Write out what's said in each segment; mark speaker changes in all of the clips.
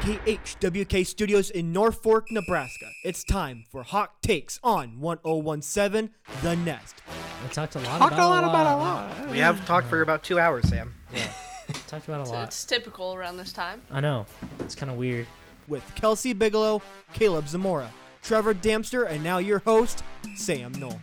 Speaker 1: KHWK Studios in Norfolk, Nebraska. It's time for Hot Takes on 1017 The Nest.
Speaker 2: We talked a lot
Speaker 3: Talked
Speaker 2: about
Speaker 3: a lot about a
Speaker 2: uh,
Speaker 3: lot.
Speaker 4: We have talked for about two hours, Sam.
Speaker 2: Talked about a
Speaker 5: So
Speaker 2: lot.
Speaker 5: it's typical around this time.
Speaker 2: I know. It's kind of weird.
Speaker 1: with Kelsey Bigelow, Caleb Zamora, Trevor Dempster, and now your host, Sam Knoll.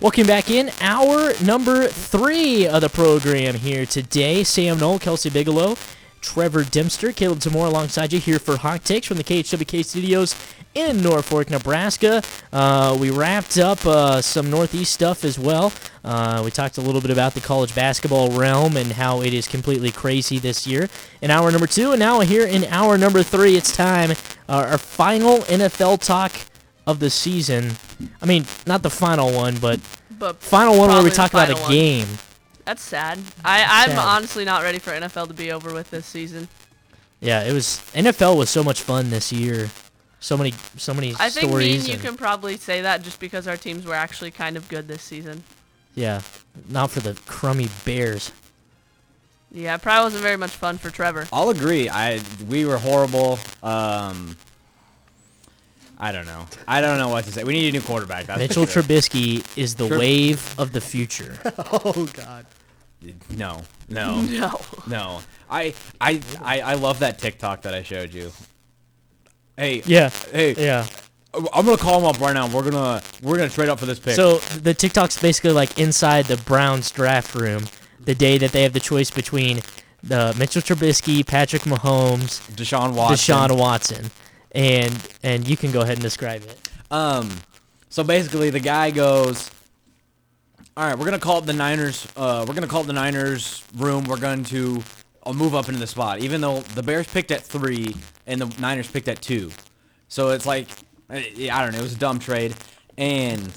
Speaker 2: Welcome back in hour number three of the program here today. Sam Knoll, Kelsey Bigelow, Trevor Dempster, Caleb Zamora alongside you here for Hot Takes from the KHWK studios in Norfolk, Nebraska. Uh, we wrapped up uh, some Northeast stuff as well. Uh, we talked a little bit about the college basketball realm and how it is completely crazy this year in hour number two. And now here in hour number three, it's time, uh, our final NFL talk of the season. I mean, not the final one, but
Speaker 5: But
Speaker 2: Final one where
Speaker 5: probably
Speaker 2: we
Speaker 5: the
Speaker 2: talk about
Speaker 5: final
Speaker 2: a
Speaker 5: one.
Speaker 2: game.
Speaker 5: That's sad. I, I'm
Speaker 2: Sad.
Speaker 5: honestly not ready for NFL to be over with this season.
Speaker 2: Yeah, it was NFL was so much fun this year. So many, so many
Speaker 5: I think me
Speaker 2: stories.
Speaker 5: and you
Speaker 2: and-
Speaker 5: can probably say that just because our teams were actually kind of good this season.
Speaker 2: Yeah, not for the crummy Bears.
Speaker 5: Yeah, it probably wasn't very much fun for Trevor.
Speaker 3: I'll agree. I we were horrible. Um, I don't know. I don't know what to say. We need a new quarterback. That's
Speaker 2: Mitchell
Speaker 3: for sure.
Speaker 2: Trubisky is the
Speaker 3: Trub-
Speaker 2: wave of the future.
Speaker 1: Oh, God.
Speaker 3: No, no,
Speaker 5: No.
Speaker 3: no. I, I, I, I love that TikTok that I showed you. Hey,
Speaker 2: Yeah,
Speaker 3: Hey,
Speaker 2: yeah.
Speaker 3: I'm gonna call him up right now. We're gonna we're gonna trade up for this pick.
Speaker 2: So the TikTok's basically like inside the Browns draft room the day that they have the choice between the Mitchell Trubisky, Patrick Mahomes,
Speaker 3: Deshaun Watson.
Speaker 2: Deshaun Watson, and and you can go ahead and describe it.
Speaker 3: Um, so basically, the guy goes, "All right, we're gonna call up the Niners. Uh, we're gonna call up the Niners room. We're going to I'll move up into the spot, even though the Bears picked at three and the Niners picked at two. So it's like, I I don't know. It was a dumb trade, and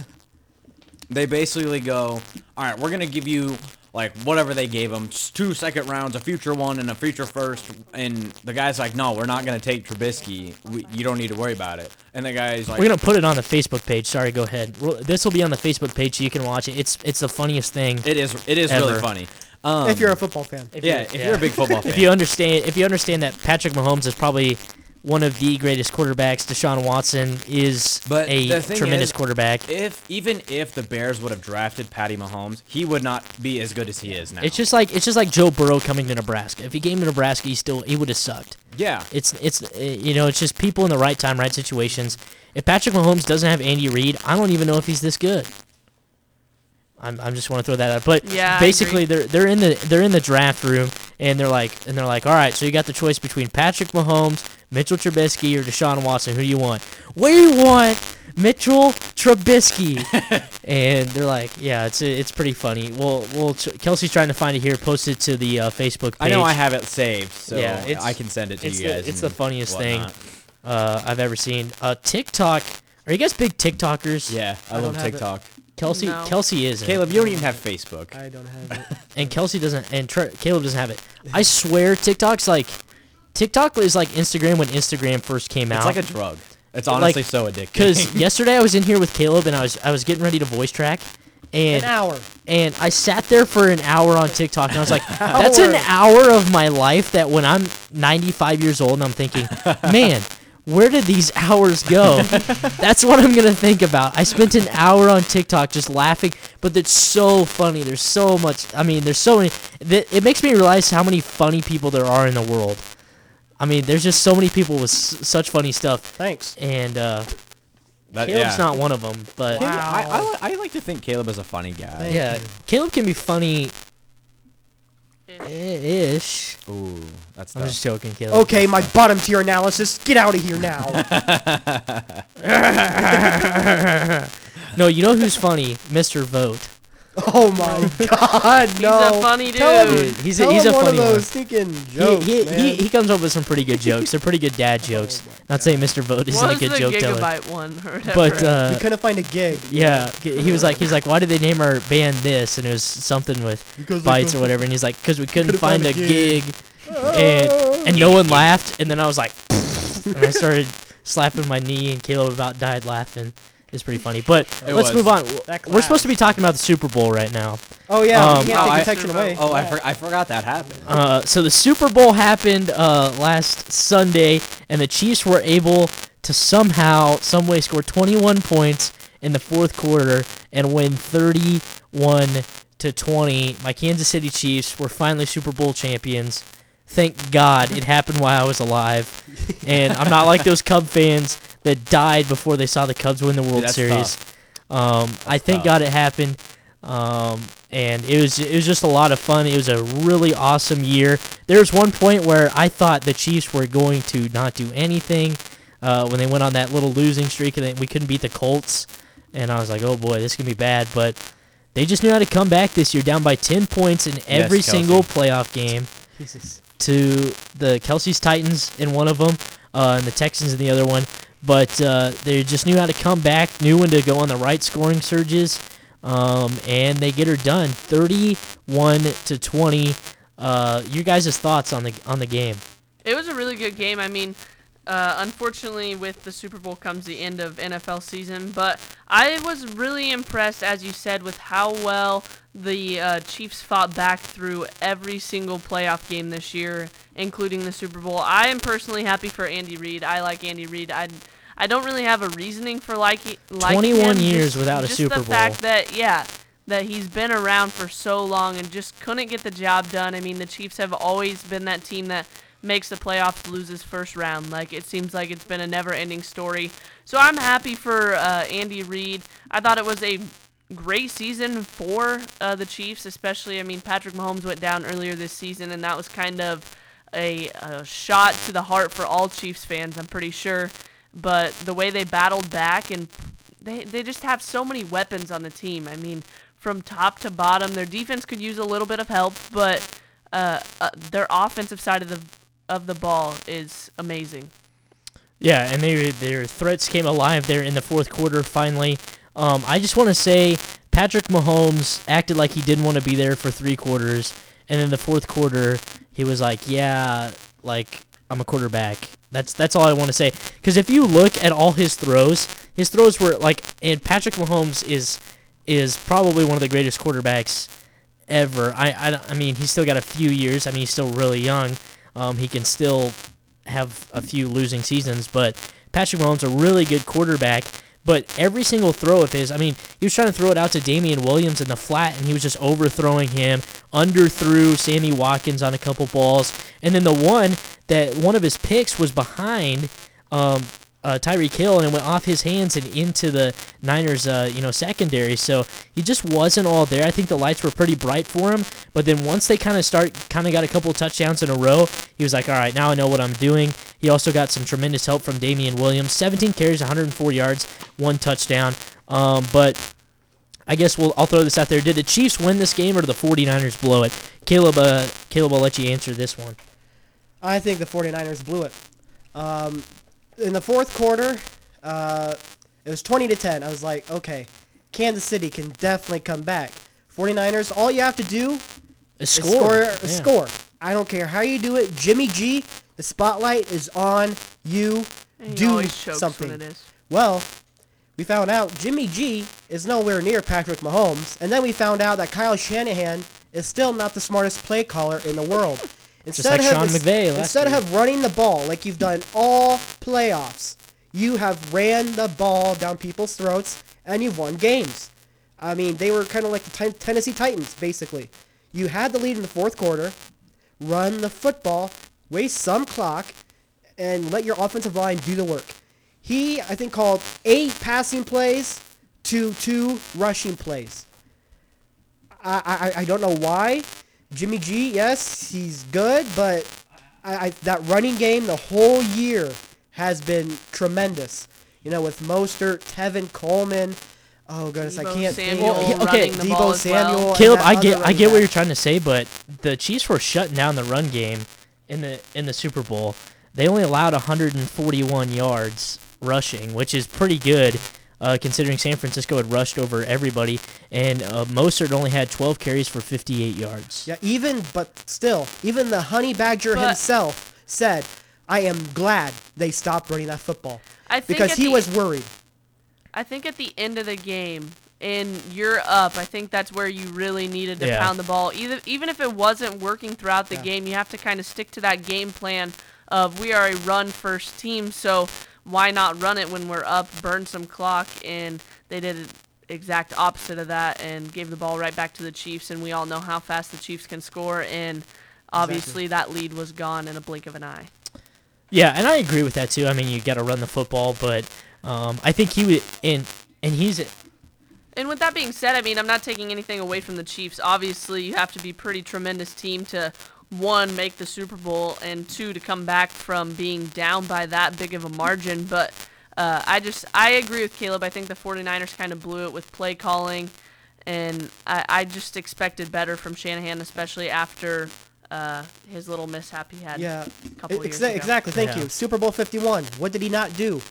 Speaker 3: they basically go, "All right, we're gonna give you." Like whatever they gave him, just two second rounds, a future one and a future first, and the guy's like, "No, we're not gonna take Trubisky. We, you don't need to worry about it." And the guy's like,
Speaker 2: We're gonna put it on the Facebook page. Sorry, go ahead. We'll- This will be on the Facebook page, so you can watch it. It's it's the funniest thing.
Speaker 3: It is. It is
Speaker 2: Ever.
Speaker 3: really funny. Um,
Speaker 1: if you're a football fan.
Speaker 3: yeah, if you're a big football fan,
Speaker 2: if you understand, if you understand that Patrick Mahomes is probably one of the greatest quarterbacks, Deshaun Watson is
Speaker 3: But
Speaker 2: a
Speaker 3: the thing
Speaker 2: tremendous
Speaker 3: is-
Speaker 2: quarterback.
Speaker 3: if even if the Bears would have drafted Patty Mahomes, he would not be as good as he is now.
Speaker 2: It's just like it's just like Joe Burrow coming to Nebraska. If he came to Nebraska, he still he would have sucked.
Speaker 3: yeah,
Speaker 2: It's it's uh, you know it's just people in the right time, right situations. If Patrick Mahomes doesn't have Andy Reid, I don't even know if he's this good. I'm, I'm just want to throw that out, but
Speaker 5: Yeah, I
Speaker 2: basically they're they're in the they're in the draft room and they're like and they're like, all right, so you got the choice between Patrick Mahomes, Mitchell Trubisky, or Deshaun Watson. Who do you want? We want Mitchell Trubisky, and they're like, yeah, it's it's pretty funny. Well, well, Kelsey's trying to find it here. Post it to the uh, Facebook. Page.
Speaker 3: I know I have it saved, so
Speaker 2: Yeah, it's-
Speaker 3: I can send it to
Speaker 2: it's
Speaker 3: you
Speaker 2: the-
Speaker 3: guys.
Speaker 2: it's the
Speaker 3: and
Speaker 2: funniest thing.
Speaker 3: whatnot.
Speaker 2: uh, I've ever seen. Uh, TikTok. Are you guys big TikTokers?
Speaker 3: Yeah, I,
Speaker 1: I don't
Speaker 3: love
Speaker 1: have it.
Speaker 3: TikTok.
Speaker 2: Kelsey.
Speaker 5: No.
Speaker 2: Kelsey isn't.
Speaker 3: Caleb, you don't even have Facebook.
Speaker 1: I don't have it.
Speaker 2: And Kelsey doesn't. And Tre- Caleb doesn't have it. I swear, TikTok's like. TikTok is like Instagram when Instagram first came
Speaker 3: It's
Speaker 2: out.
Speaker 3: like a drug. It's honestly so addictive.
Speaker 2: Because yesterday I was in here with Caleb and I was I was getting ready to voice track, and
Speaker 1: An hour.
Speaker 2: and I sat there for an hour on TikTok and I was like, that's an hour of my life that when I'm 95 years old and I'm thinking, man, where did these hours go? that's what I'm going to think about. I spent an hour on TikTok just laughing, but it's so funny. There's so much. I mean, there's so many. th- It makes me realize how many funny people there are in the world. I mean, there's just so many people with s- such funny stuff.
Speaker 1: Thanks.
Speaker 2: And uh,
Speaker 3: That-
Speaker 2: Caleb's
Speaker 3: yeah.
Speaker 2: not one of them, but
Speaker 3: Caleb- I, I, li- I like to think Caleb is a funny guy.
Speaker 2: yeah, Caleb can be funny ish.
Speaker 3: Ooh, that's
Speaker 2: I'm
Speaker 3: tough.
Speaker 2: just joking, Caleb.
Speaker 1: Okay, my bottom tier analysis. Get out of here now.
Speaker 2: No, you know who's funny? Mr. Vote.
Speaker 1: oh my God, no.
Speaker 5: He's a funny
Speaker 1: Tell him-
Speaker 5: dude.
Speaker 2: Dude, he's a,
Speaker 1: Tell
Speaker 2: he's
Speaker 1: him
Speaker 2: a
Speaker 1: one
Speaker 2: funny
Speaker 1: of
Speaker 2: one.
Speaker 1: those stinking jokes,
Speaker 2: he,
Speaker 1: man.
Speaker 2: he, he comes up with some pretty good jokes. They're pretty good dad jokes. Not saying Mr. Vote isn't
Speaker 5: What
Speaker 2: a
Speaker 5: was the
Speaker 2: good joke teller,
Speaker 5: gigabyte one or whatever?
Speaker 2: but uh,
Speaker 1: we couldn't find a gig.
Speaker 2: yeah, he was like, he's like, why did they name our band this? And it was something with
Speaker 1: Because
Speaker 2: bites or whatever. And he's like, because we couldn't find a gig, and and no one laughed. And then I was like, and I started slapping my knee, and Caleb about died laughing. It's pretty funny, but
Speaker 3: It
Speaker 2: let's
Speaker 3: was.
Speaker 2: move on.
Speaker 6: That
Speaker 2: We're supposed
Speaker 6: clap.
Speaker 2: to be talking about the Super Bowl right now.
Speaker 6: Oh yeah,
Speaker 2: Um,
Speaker 6: we
Speaker 3: oh, I-
Speaker 6: can't take protection away.
Speaker 3: Oh, I, for, I forgot that happened.
Speaker 2: Uh, so the Super Bowl happened uh, last Sunday, and the Chiefs were able to somehow, some way, score 21 points in the fourth quarter and win 31 to 20. My Kansas City Chiefs were finally Super Bowl champions. Thank God it happened while I was alive, and I'm not like those Cub fans that died before they saw the Cubs win the World
Speaker 3: that's
Speaker 2: Series. Um, I thank
Speaker 3: tough.
Speaker 2: God it happened. Um, and it was it was just a lot of fun. It was a really awesome year. There was one point where I thought the Chiefs were going to not do anything uh, when they went on that little losing streak and they, we couldn't beat the Colts. And I was like, oh boy, this can be bad. But they just knew how to come back this year, down by ten points in every
Speaker 3: Kelsey.
Speaker 2: single playoff game to the Kelsey's Titans in one of them, uh, and the Texans in the other one. But uh, they just knew how to come back, knew when to go on the right scoring surges, um, and they get her done, thirty-one to twenty. Uh, you guys' thoughts on the on the game?
Speaker 5: It was a really good game. I mean, uh, unfortunately, with the Super Bowl comes the end of NFL season, but I was really impressed, as you said, with how well the uh, Chiefs fought back through every single playoff game this year, including the Super Bowl. I am personally happy for Andy Reid. I like Andy Reid. I I don't really have a reasoning for liking. liking
Speaker 2: 21
Speaker 5: him,
Speaker 2: years
Speaker 5: just-
Speaker 2: without a
Speaker 5: just
Speaker 2: Super
Speaker 5: the
Speaker 2: Bowl.
Speaker 5: fact that yeah. That he's been around for so long and just couldn't get the job done. I mean, the Chiefs have always been that team that makes the playoffs, loses first round. Like it seems like it's been a never-ending story. So I'm happy for uh, Andy Reid. I thought it was a great season for uh, the Chiefs, especially. I mean, Patrick Mahomes went down earlier this season, and that was kind of a, a shot to the heart for all Chiefs fans. I'm pretty sure. But the way they battled back and they they just have so many weapons on the team. I mean, from top to bottom, their defense could use a little bit of help, but uh, uh, their offensive side of the of the ball is amazing.
Speaker 2: Yeah, and they their threats came alive there in the fourth quarter. Finally, um, I just want to say Patrick Mahomes acted like he didn't want to be there for three quarters, and in the fourth quarter he was like, "Yeah, like I'm a quarterback." That's that's all I want to say. Because if you look at all his throws, his throws were like, and Patrick Mahomes is is probably one of the greatest quarterbacks ever. I, I, don't- I mean, he's still got a few years. I mean, he's still really young. Um, he can still have a few losing seasons, but Patrick Mahomes a really good quarterback. But every single throw of his, I mean, he was trying to throw it out to Damian Williams in the flat, and he was just overthrowing him, underthrew Sammy Watkins on a couple balls, and then the one that one of his picks was behind um, uh, Tyreek Hill and it went off his hands and into the Niners, uh, you know, secondary. So he just wasn't all there. I think the lights were pretty bright for him, but then once they kind of start, kind of got a couple touchdowns in a row, he was like, all right, now I know what I'm doing. He also got some tremendous help from Damian Williams, 17 carries, 104 yards, one touchdown. Um, but I guess we'll, I'll throw this out there. Did the Chiefs win this game or did the 49ers blow it? Caleb, uh, Caleb, I'll let you answer this one.
Speaker 6: I think the 49ers blew it. Um, in the fourth quarter, uh, it was 20 to 10. I was like, okay, Kansas City can definitely come back. 49ers, all you have to do
Speaker 2: A
Speaker 6: is
Speaker 2: score.
Speaker 6: score.
Speaker 2: Yeah.
Speaker 6: score. I don't care how you do it. Jimmy G, the spotlight is on you.
Speaker 5: He
Speaker 6: do
Speaker 5: always chokes
Speaker 6: something.
Speaker 5: when it is.
Speaker 6: Well, we found out Jimmy G is nowhere near Patrick Mahomes, and then we found out that Kyle Shanahan is still not the smartest play caller in the world. Instead
Speaker 2: like Sean
Speaker 6: of ins-
Speaker 2: McVay last
Speaker 6: instead
Speaker 2: year.
Speaker 6: of running the ball like you've done all playoffs, you have ran the ball down people's throats and you've won games. I mean, they were kind of like the Ti- Tennessee Titans, basically. You had the lead in the fourth quarter, run the football, waste some clock, and let your offensive line do the work. He, I think, called eight passing plays to two rushing plays. I, I, I don't know why. Jimmy G, yes, he's good, but I, I, that running game the whole year has been tremendous. You know, with Mostert, Tevin Coleman. Oh goodness, I
Speaker 5: Debo
Speaker 6: can't
Speaker 5: Samuel
Speaker 6: think.
Speaker 2: okay,
Speaker 5: running the
Speaker 6: Debo
Speaker 5: ball as well.
Speaker 6: Samuel. and
Speaker 2: Caleb,
Speaker 6: that
Speaker 2: I
Speaker 6: other
Speaker 2: get I
Speaker 6: running
Speaker 2: get what
Speaker 6: back.
Speaker 2: you're trying to say, but the Chiefs were shutting down the run game in the in the Super Bowl. They only allowed 141 yards rushing, which is pretty good uh, considering San Francisco had rushed over everybody, and uh, Mostert only had 12 carries for 58 yards.
Speaker 6: Yeah, even but still, even the honey badger
Speaker 5: But-
Speaker 6: himself said, I am glad they stopped running that football
Speaker 5: I think
Speaker 6: because
Speaker 5: at
Speaker 6: he
Speaker 5: the-
Speaker 6: was worried.
Speaker 5: I think at the end of the game, and you're up. I think that's where you really needed to
Speaker 2: Yeah.
Speaker 5: pound the ball. Either even if it wasn't working throughout the game, you have to kind of stick to that game plan of we are a run first team, so why not run it when we're up, burn some clock, and they did the exact opposite of that and gave the ball right back to the Chiefs, and we all know how fast the Chiefs can score and. Obviously, that lead was gone in a blink of an eye.
Speaker 2: Yeah, and I agree with that too. I mean, you got to run the football, but um, I think he would and and he's
Speaker 5: And with that being said, I mean, I'm not taking anything away from the Chiefs. Obviously, you have to be pretty tremendous team to one make the Super Bowl and two to come back from being down by that big of a margin, but uh, I just I agree with Caleb. I think the 49ers kind of blew it with play calling and I, I just expected better from Shanahan, especially after uh, his little mishap he had
Speaker 6: Yeah,
Speaker 5: a couple
Speaker 6: Exa-
Speaker 5: years ago.
Speaker 6: exactly. Thank
Speaker 2: Yeah.
Speaker 6: you. Super Bowl Fifty One. What did he not do?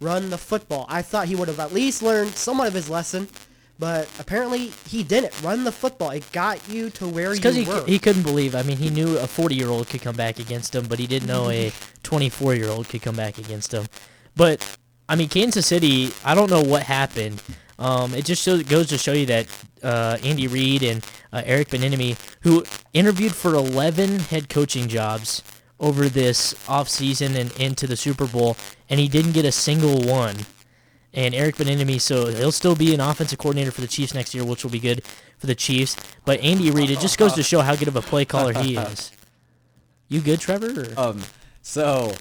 Speaker 6: Run the football. I thought he would have at least learned somewhat of his lesson, but apparently he didn't. Run the football. It got you to where you
Speaker 2: because he,
Speaker 6: were.
Speaker 2: he couldn't believe. I mean, he knew a 40 year old could come back against him, but he didn't know a 24 year old could come back against him. But I mean, Kansas City. I don't know what happened. Um, it just shows, goes to show you that uh, Andy Reid and uh, Eric Benenemy, who interviewed for 11 head coaching jobs over this offseason and into the Super Bowl, and he didn't get a single one and Eric Benenemy, so he'll still be an offensive coordinator for the Chiefs next year, which will be good for the Chiefs. But Andy Reid, it just goes to show how good of a play caller he is. You good, Trevor? or-
Speaker 3: Um, so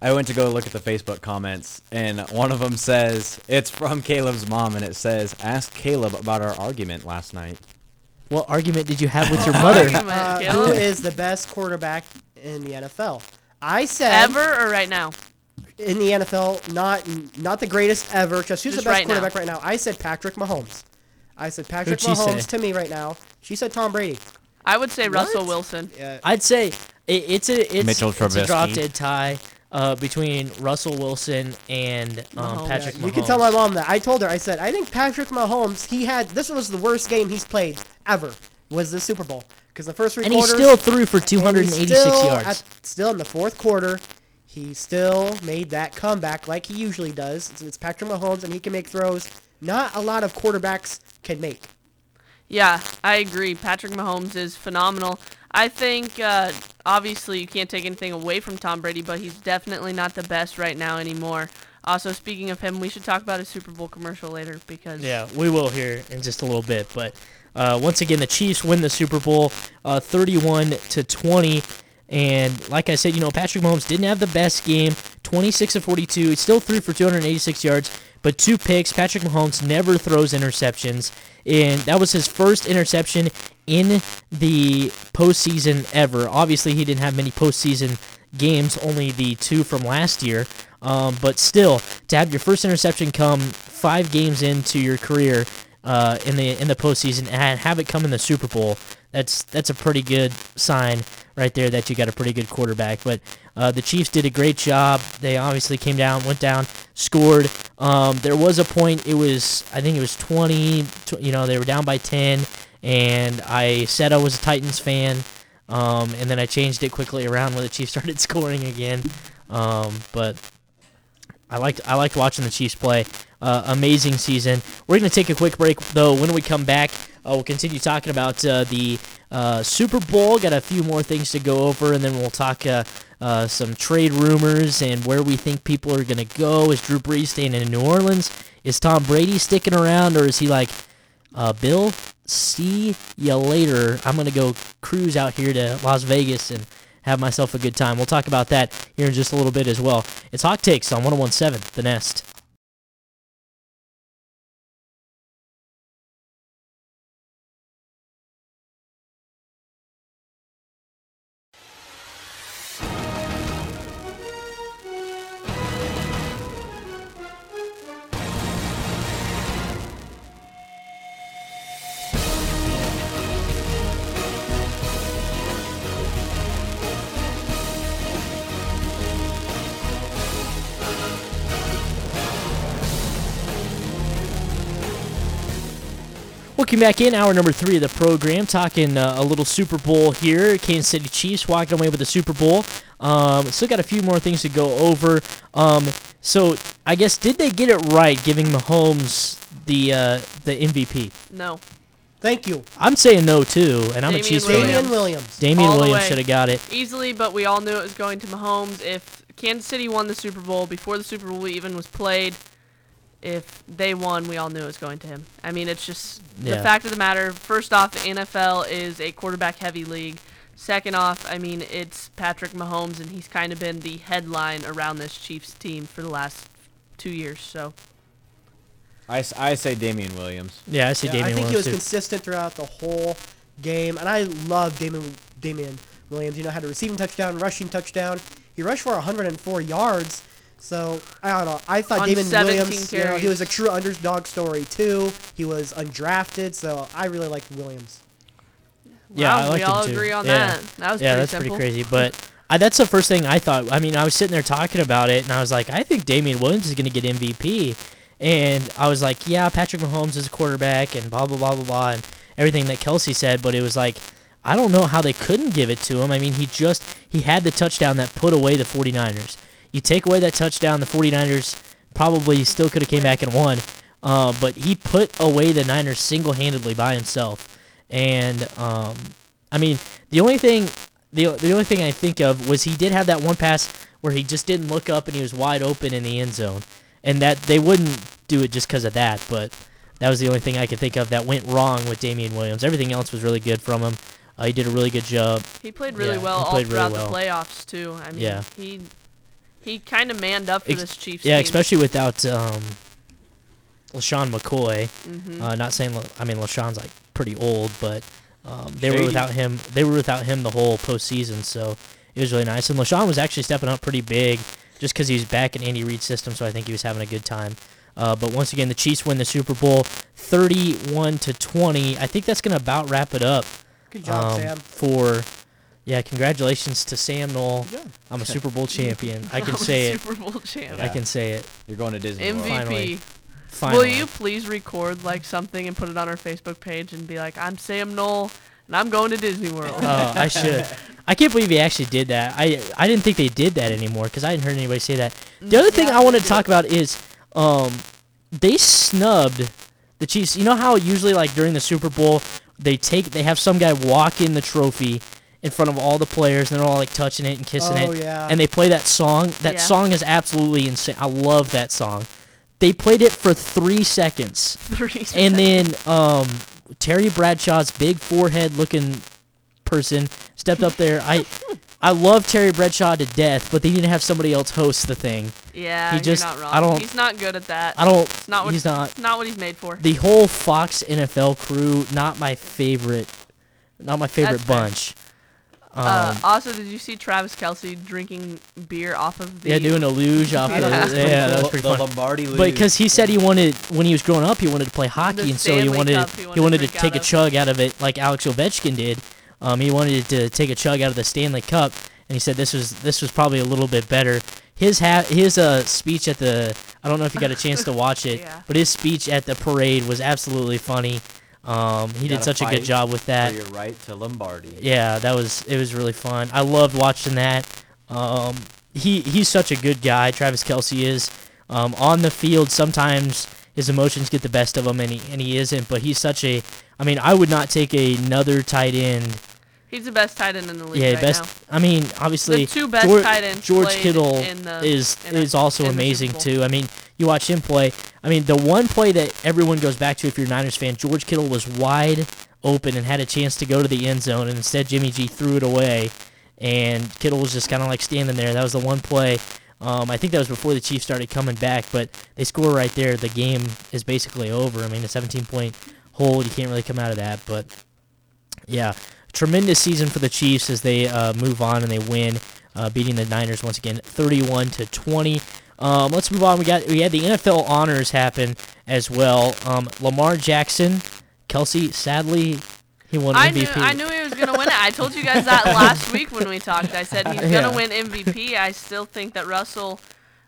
Speaker 3: I went to go look at the Facebook comments, and one of them says it's from Caleb's mom, and it says, "Ask Caleb about our argument last night."
Speaker 2: what argument did you have with your
Speaker 5: Wait a
Speaker 2: mother?
Speaker 5: minute,
Speaker 6: Uh, who
Speaker 5: Caleb.
Speaker 6: is the best quarterback in the NFL? I said
Speaker 5: Ever or right now?
Speaker 6: in the NFL, not not the greatest ever. Just who's
Speaker 5: Just
Speaker 6: the best
Speaker 5: right now.
Speaker 6: quarterback right now? I said Patrick Mahomes. I said Patrick
Speaker 2: Who'd she
Speaker 6: Mahomes
Speaker 2: say?
Speaker 6: to me right now. She said Tom Brady.
Speaker 5: I would say Russell
Speaker 6: What?
Speaker 5: Wilson.
Speaker 2: I'd say it, it's a it's,
Speaker 3: Mitchell
Speaker 2: it's a drop
Speaker 3: Trubisky.
Speaker 2: dead tie uh, between Russell Wilson and um,
Speaker 5: Mahomes.
Speaker 2: Patrick Mahomes.
Speaker 6: Oh, You can tell my mom that. I told her. I said I think Patrick Mahomes. He had this was the worst game he's played ever. Was the Super Bowl because the first three
Speaker 2: and he
Speaker 6: quarters
Speaker 2: still threw for
Speaker 6: and he
Speaker 2: 286
Speaker 6: still
Speaker 2: yards.
Speaker 6: at- still in the fourth quarter, he still made that comeback like he usually does. It's, it's Patrick Mahomes, and he can make throws not a lot of quarterbacks can make.
Speaker 5: Yeah, I agree. Patrick Mahomes is phenomenal. I think uh, obviously you can't take anything away from Tom Brady, but he's definitely not the best right now anymore. Also, speaking of him, we should talk about his Super Bowl commercial later because
Speaker 2: Yeah, we will here in just a little bit. But uh, once again, the Chiefs win the Super Bowl, uh, thirty-one to twenty. And like I said, you know, Patrick Mahomes didn't have the best game, twenty-six of forty-two. He still threw for two hundred eighty-six yards, but two picks. Patrick Mahomes never throws interceptions, and that was his first interception in the postseason ever. Obviously, he didn't have many postseason games, only the two from last year. Um, but still, to have your first interception come five games into your career uh, in the in the postseason and have it come in the Super Bowl, that's that's a pretty good sign right there that you got a pretty good quarterback. But uh, the Chiefs did a great job. They obviously came down, went down, scored. Um, there was a point. It was I think it was twenty. Tw- you know they were down by ten, and I said I was a Titans fan. Um, and then I changed it quickly around when the Chiefs started scoring again. Um, but I liked I liked watching the Chiefs play. Uh, amazing season. We're gonna take a quick break though. When we come back, uh, we'll continue talking about uh, the uh, Super Bowl. Got a few more things to go over, and then we'll talk uh, uh, some trade rumors and where we think people are gonna go. Is Drew Brees staying in New Orleans? Is Tom Brady sticking around, or is he like? uh, Bill, see ya later. I'm going to go cruise out here to Las Vegas and have myself a good time. We'll talk about that here in just a little bit as well. It's Hot Takes on 1017 The Nest. Welcome back in hour number three of the program, talking uh, a little Super Bowl here. Kansas City Chiefs walking away with the Super Bowl. Um, still got a few more things to go over. Um, so I guess did they get it right giving Mahomes the uh, the MVP?
Speaker 5: No.
Speaker 6: Thank you.
Speaker 2: I'm saying no too, and I'm a
Speaker 5: Damian
Speaker 2: Chiefs fan.
Speaker 5: Williams.
Speaker 6: Damian Williams.
Speaker 2: Damian
Speaker 5: All the
Speaker 2: Williams
Speaker 5: way.
Speaker 2: should have got it.
Speaker 5: Easily, but we all knew it was going to Mahomes. If Kansas City won the Super Bowl before the Super Bowl even was played, if they won, we all knew it was going to him. I mean, it's just
Speaker 2: Yeah.
Speaker 5: the fact of the matter. First off, the NFL is a quarterback heavy league. Second off, I mean, it's Patrick Mahomes, and he's kind of been the headline around this Chiefs team for the last two years. So,
Speaker 3: I, s- I say Damian Williams.
Speaker 2: Yeah, I see
Speaker 6: Yeah,
Speaker 2: Damian
Speaker 6: I think he was
Speaker 2: Williams too.
Speaker 6: consistent throughout the whole game, and I love Damon Damian Williams. You know, had a receiving touchdown, rushing touchdown. He rushed for 104 yards. So I don't know. I thought
Speaker 5: On
Speaker 6: Damon
Speaker 5: 17
Speaker 6: Williams. You know, he was
Speaker 5: carries.
Speaker 6: a true underdog story too. He was undrafted, so I really liked Williams.
Speaker 2: Yeah,
Speaker 5: wow,
Speaker 2: I liked
Speaker 5: we all
Speaker 2: him too.
Speaker 5: agree on
Speaker 2: Yeah.
Speaker 5: that. That was
Speaker 2: yeah,
Speaker 5: pretty
Speaker 2: that's
Speaker 5: simple.
Speaker 2: pretty crazy. But I, that's the first thing I thought. I mean, I was sitting there talking about it, and I was like, I think Damian Williams is going to get MVP. And I was like, yeah, Patrick Mahomes is a quarterback, and blah, blah, blah, blah, blah, and everything that Kelsey said. But it was like, I don't know how they couldn't give it to him. I mean, he just, he had the touchdown that put away the 49ers. You take away that touchdown, the 49ers probably still could have came back and won. Uh, but he put away the Niners single-handedly by himself. And um, I mean, the only thing the the only thing I think of was he did have that one pass where he just didn't look up and he was wide open in the end zone, and that they wouldn't do it just because of that. But that was the only thing I could think of that went wrong with Damian Williams. Everything else was really good from him. Uh, he did a really good job.
Speaker 5: He played really
Speaker 2: Yeah,
Speaker 5: well
Speaker 2: he
Speaker 5: all
Speaker 2: played really well.
Speaker 5: throughout the playoffs too. I mean,
Speaker 2: Yeah.
Speaker 5: he he kind of manned up for
Speaker 2: Ex-
Speaker 5: this Chiefs
Speaker 2: Yeah,
Speaker 5: team.
Speaker 2: especially without um, LaShawn McCoy.
Speaker 5: Mm-hmm.
Speaker 6: Mm-hmm.
Speaker 2: Uh, not saying Le- I mean LaShawn's like pretty old, but um, they were
Speaker 3: Shady.
Speaker 2: without him. They were without him the whole postseason, so it was really nice. And LaShawn was actually stepping up pretty big, just because he was back in Andy Reid's system. So I think he was having a good time. Uh, but once again, the Chiefs win the Super Bowl, thirty-one to twenty. I think that's gonna about wrap it up.
Speaker 6: Good job,
Speaker 2: um,
Speaker 6: Sam.
Speaker 2: For yeah, congratulations to Sam Knoll. I'm a Super Bowl champion. I can
Speaker 5: That was
Speaker 2: say it.
Speaker 5: Super Bowl champ.
Speaker 2: I can say it.
Speaker 3: You're going to Disney World.
Speaker 5: MVP.
Speaker 2: Finally.
Speaker 5: Will
Speaker 2: Finally.
Speaker 5: you please record like something and put it on our Facebook page and be like, "I'm Sam Knoll and I'm going to Disney World."
Speaker 2: Oh, I should. I can't believe he actually did that. I I didn't think they did that anymore because I hadn't heard anybody say that. The other thing
Speaker 5: yeah,
Speaker 2: I
Speaker 5: they
Speaker 2: wanted to
Speaker 5: did.
Speaker 2: talk about is, um, they snubbed the Chiefs. You know how usually like during the Super Bowl they take they have some guy walk in the trophy in front of all the players and they're all like touching it and kissing
Speaker 6: Oh,
Speaker 2: it
Speaker 6: yeah.
Speaker 2: and they play that song. That
Speaker 5: Yeah.
Speaker 2: song is absolutely insane. I love that song. They played it for three seconds.
Speaker 5: Three
Speaker 2: And then um, Terry Bradshaw's big forehead looking person stepped up there. I I love Terry Bradshaw to death, but they need to have somebody else host the thing.
Speaker 5: yeah,
Speaker 2: he just-
Speaker 5: you're not wrong.
Speaker 2: I don't-
Speaker 5: he's not good at that.
Speaker 2: I don't.
Speaker 5: It's not what
Speaker 2: he's not.
Speaker 5: Not what he's made for.
Speaker 2: The whole Fox NFL crew, not my favorite, not my favorite
Speaker 5: That's fair.
Speaker 2: bunch. Um,
Speaker 5: uh, also, did you see Travis Kelsey drinking beer off of the?
Speaker 2: yeah, doing a luge off.
Speaker 5: Yeah.
Speaker 2: of
Speaker 5: That
Speaker 2: the, yeah, that was pretty
Speaker 3: the
Speaker 2: fun.
Speaker 3: Lombardi
Speaker 2: But because he said he wanted, when he was growing up, he wanted to play hockey,
Speaker 5: The
Speaker 2: and so he
Speaker 5: Stanley
Speaker 2: wanted,
Speaker 5: Cup
Speaker 2: he
Speaker 5: he
Speaker 2: wanted,
Speaker 5: wanted to
Speaker 2: to
Speaker 5: drink
Speaker 2: take
Speaker 5: out
Speaker 2: a
Speaker 5: of.
Speaker 2: chug out of it, like Alex Ovechkin did. Um, he wanted to take a chug out of the Stanley Cup, and he said this was this was probably a little bit better. His ha- his uh, speech at the, I don't know if you got a chance to watch it,
Speaker 5: Yeah.
Speaker 2: but his speech at the parade was absolutely funny. Um, he did
Speaker 3: Gotta
Speaker 2: such a good
Speaker 3: fight
Speaker 2: job with
Speaker 3: For
Speaker 2: that.
Speaker 3: your right to Lombardi.
Speaker 2: Yeah, that was it was really fun. I loved watching that. Um, he he's such a good guy. Travis Kelsey is um, on the field. Sometimes his emotions get the best of him, and he and he isn't. But he's such a. I mean, I would not take another tight end.
Speaker 5: He's the best tight end in the league
Speaker 2: yeah,
Speaker 5: right
Speaker 2: best.
Speaker 5: now.
Speaker 2: I mean, obviously,
Speaker 5: The two best
Speaker 2: Geor-
Speaker 5: tight ends
Speaker 2: George
Speaker 5: played
Speaker 2: Kittle
Speaker 5: in the-
Speaker 2: is
Speaker 5: in the-
Speaker 2: is also
Speaker 5: in the Super
Speaker 2: amazing
Speaker 5: Bowl.
Speaker 2: too. I mean, you watch him play. I mean, the one play that everyone goes back to if you're a Niners fan, George Kittle was wide open and had a chance to go to the end zone, and instead Jimmy G threw it away, and Kittle was just kind of like standing there. That was the one play. Um, I think that was before the Chiefs started coming back, but they score right there. The game is basically over. I mean, a 17 point hold. You can't really come out of that, but yeah, tremendous season for the Chiefs as they uh, move on and they win, uh, beating the Niners once again, 31 to 20. Um, let's move on. We got we had the NFL honors happen as well. Um, Lamar Jackson, Kelsey, sadly, he won
Speaker 5: I knew,
Speaker 2: MVP.
Speaker 5: I knew he was gonna win it. I told you guys that last week when we talked. I said he's gonna
Speaker 2: Yeah.
Speaker 5: win MVP. I still think that Russell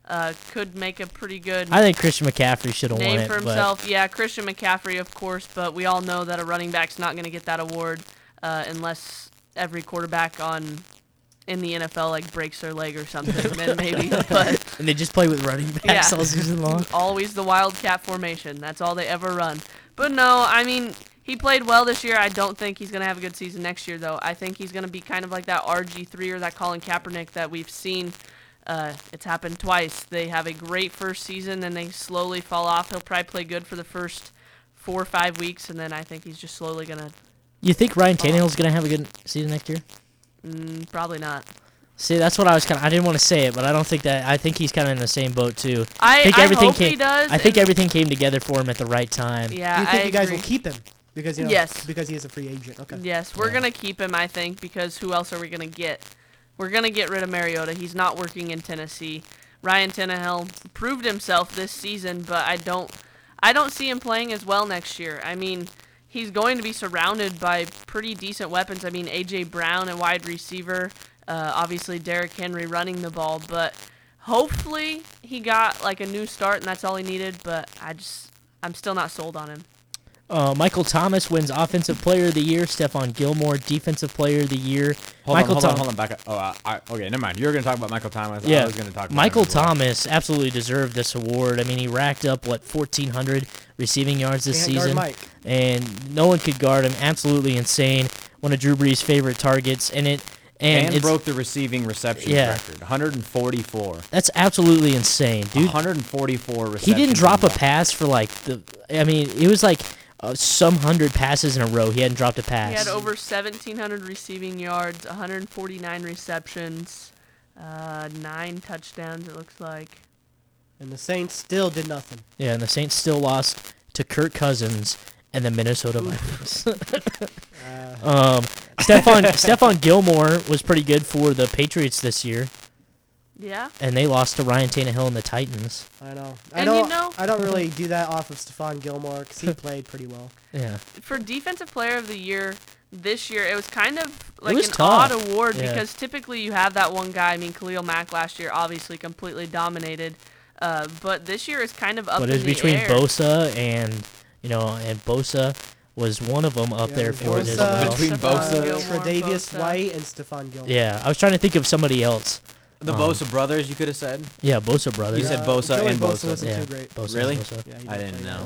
Speaker 5: uh, could make a pretty good
Speaker 2: I think Christian McCaffrey should have won
Speaker 5: name
Speaker 2: it,
Speaker 5: for himself. Yeah, Christian McCaffrey, of course, but we all know that a running back's not gonna get that award uh, unless every quarterback on in the NFL like breaks their leg or something, then maybe. But
Speaker 2: And they just play with running backs
Speaker 5: Yeah.
Speaker 2: all season long.
Speaker 5: always the wildcat formation. That's all they ever run. But no, I mean he played well this year. I don't think he's gonna have a good season next year though. I think he's gonna be kind of like that RG three or that Colin Kaepernick that we've seen. Uh, it's happened twice. They have a great first season, then they slowly fall off. He'll probably play good for the first four or five weeks, and then I think he's just slowly gonna
Speaker 2: You think Ryan Tannehill's gonna have a good season next year?
Speaker 5: mm, probably not.
Speaker 2: See, that's what I was kind of. I didn't want to say it, but I don't think that. I think he's kind of in the same boat too.
Speaker 5: I,
Speaker 2: think
Speaker 5: I
Speaker 2: everything
Speaker 5: hope
Speaker 2: came,
Speaker 5: he does.
Speaker 2: I think
Speaker 5: and-
Speaker 2: everything came together for him at the right time.
Speaker 5: Yeah,
Speaker 6: you think
Speaker 5: I
Speaker 6: you guys
Speaker 5: agree.
Speaker 6: will keep him because you know
Speaker 5: Yes.
Speaker 6: because he is a free agent. Okay.
Speaker 5: Yes, we're gonna keep him, I think, because who else are we gonna get? We're gonna get rid of Mariota. He's not working in Tennessee. Ryan Tannehill proved himself this season, but I don't, I don't see him playing as well next year. I mean, he's going to be surrounded by pretty decent weapons. I mean, AJ Brown, a wide receiver, uh, obviously Derrick Henry running the ball, but hopefully he got like a new start and that's all he needed. But I just, I'm still not sold on him.
Speaker 2: Uh, Michael Thomas wins Offensive Player of the Year. Stefan Gilmore Defensive Player of the Year.
Speaker 3: Hold
Speaker 2: Michael
Speaker 3: on, hold
Speaker 2: Thom-
Speaker 3: on, hold on, back up. Oh, I, I, okay, never mind. You were gonna talk about Michael Thomas.
Speaker 2: Yeah,
Speaker 3: I was gonna talk. About
Speaker 2: Michael
Speaker 3: him as well.
Speaker 2: Thomas absolutely deserved this award. I mean, he racked up what 1,400 receiving yards this
Speaker 6: Can't guard
Speaker 2: season,
Speaker 6: Mike.
Speaker 2: and no one could guard him. Absolutely insane. One of Drew Brees' favorite targets, and it and,
Speaker 3: and
Speaker 2: it's,
Speaker 3: broke the receiving receptions
Speaker 2: Yeah.
Speaker 3: record. 144.
Speaker 2: that's absolutely insane, dude.
Speaker 3: 144 receptions.
Speaker 2: He didn't drop a
Speaker 3: in the-
Speaker 2: pass for like the. I mean, it was like uh, some hundred passes in a row. He hadn't dropped a pass.
Speaker 5: He had over 1,700 receiving yards, 149 receptions, uh, nine touchdowns, it looks like.
Speaker 6: And the Saints still did nothing.
Speaker 2: Yeah, and the Saints still lost to Kirk Cousins and the Minnesota Vikings.
Speaker 6: Uh,
Speaker 2: um, Stephon Stephon Gilmore was pretty good for the Patriots this year,
Speaker 5: Yeah.
Speaker 2: and they lost to Ryan Tannehill and the Titans.
Speaker 6: I know. I
Speaker 5: And you
Speaker 6: don't.
Speaker 5: know-
Speaker 6: I don't really do that off of Stephon Gilmore because he played pretty well.
Speaker 2: Yeah,
Speaker 5: For Defensive Player of the Year this year, it was kind of like
Speaker 2: was
Speaker 5: an
Speaker 2: tough.
Speaker 5: odd award
Speaker 2: Yeah.
Speaker 5: because typically you have that one guy. I mean, Khalil Mack last year obviously completely dominated. Uh, but this year is kind of up
Speaker 2: but
Speaker 5: in
Speaker 2: it was
Speaker 5: the
Speaker 2: between
Speaker 5: air.
Speaker 2: Bosa and you know, and Bosa was one of them up
Speaker 6: Yeah,
Speaker 2: there
Speaker 6: it was
Speaker 2: for it as
Speaker 6: Bosa.
Speaker 2: well.
Speaker 3: Between
Speaker 5: Stephon
Speaker 3: Bosa-
Speaker 5: Gilmore,
Speaker 6: Tre'Davious
Speaker 5: Bosa.
Speaker 6: White and Stephon Gilmore.
Speaker 2: Yeah, I was trying to think of somebody else.
Speaker 3: The
Speaker 2: Oh.
Speaker 3: Bosa brothers, you could have said.
Speaker 2: Yeah, Bosa brothers.
Speaker 3: You said
Speaker 6: Uh,
Speaker 3: Bosa
Speaker 6: Joey
Speaker 3: and Bosa.
Speaker 6: wasn't
Speaker 2: yeah,
Speaker 6: too great.
Speaker 2: Bosa,
Speaker 3: Really?
Speaker 2: Bosa.
Speaker 6: Yeah, he
Speaker 3: I
Speaker 6: didn't
Speaker 3: didn't
Speaker 6: play
Speaker 3: know.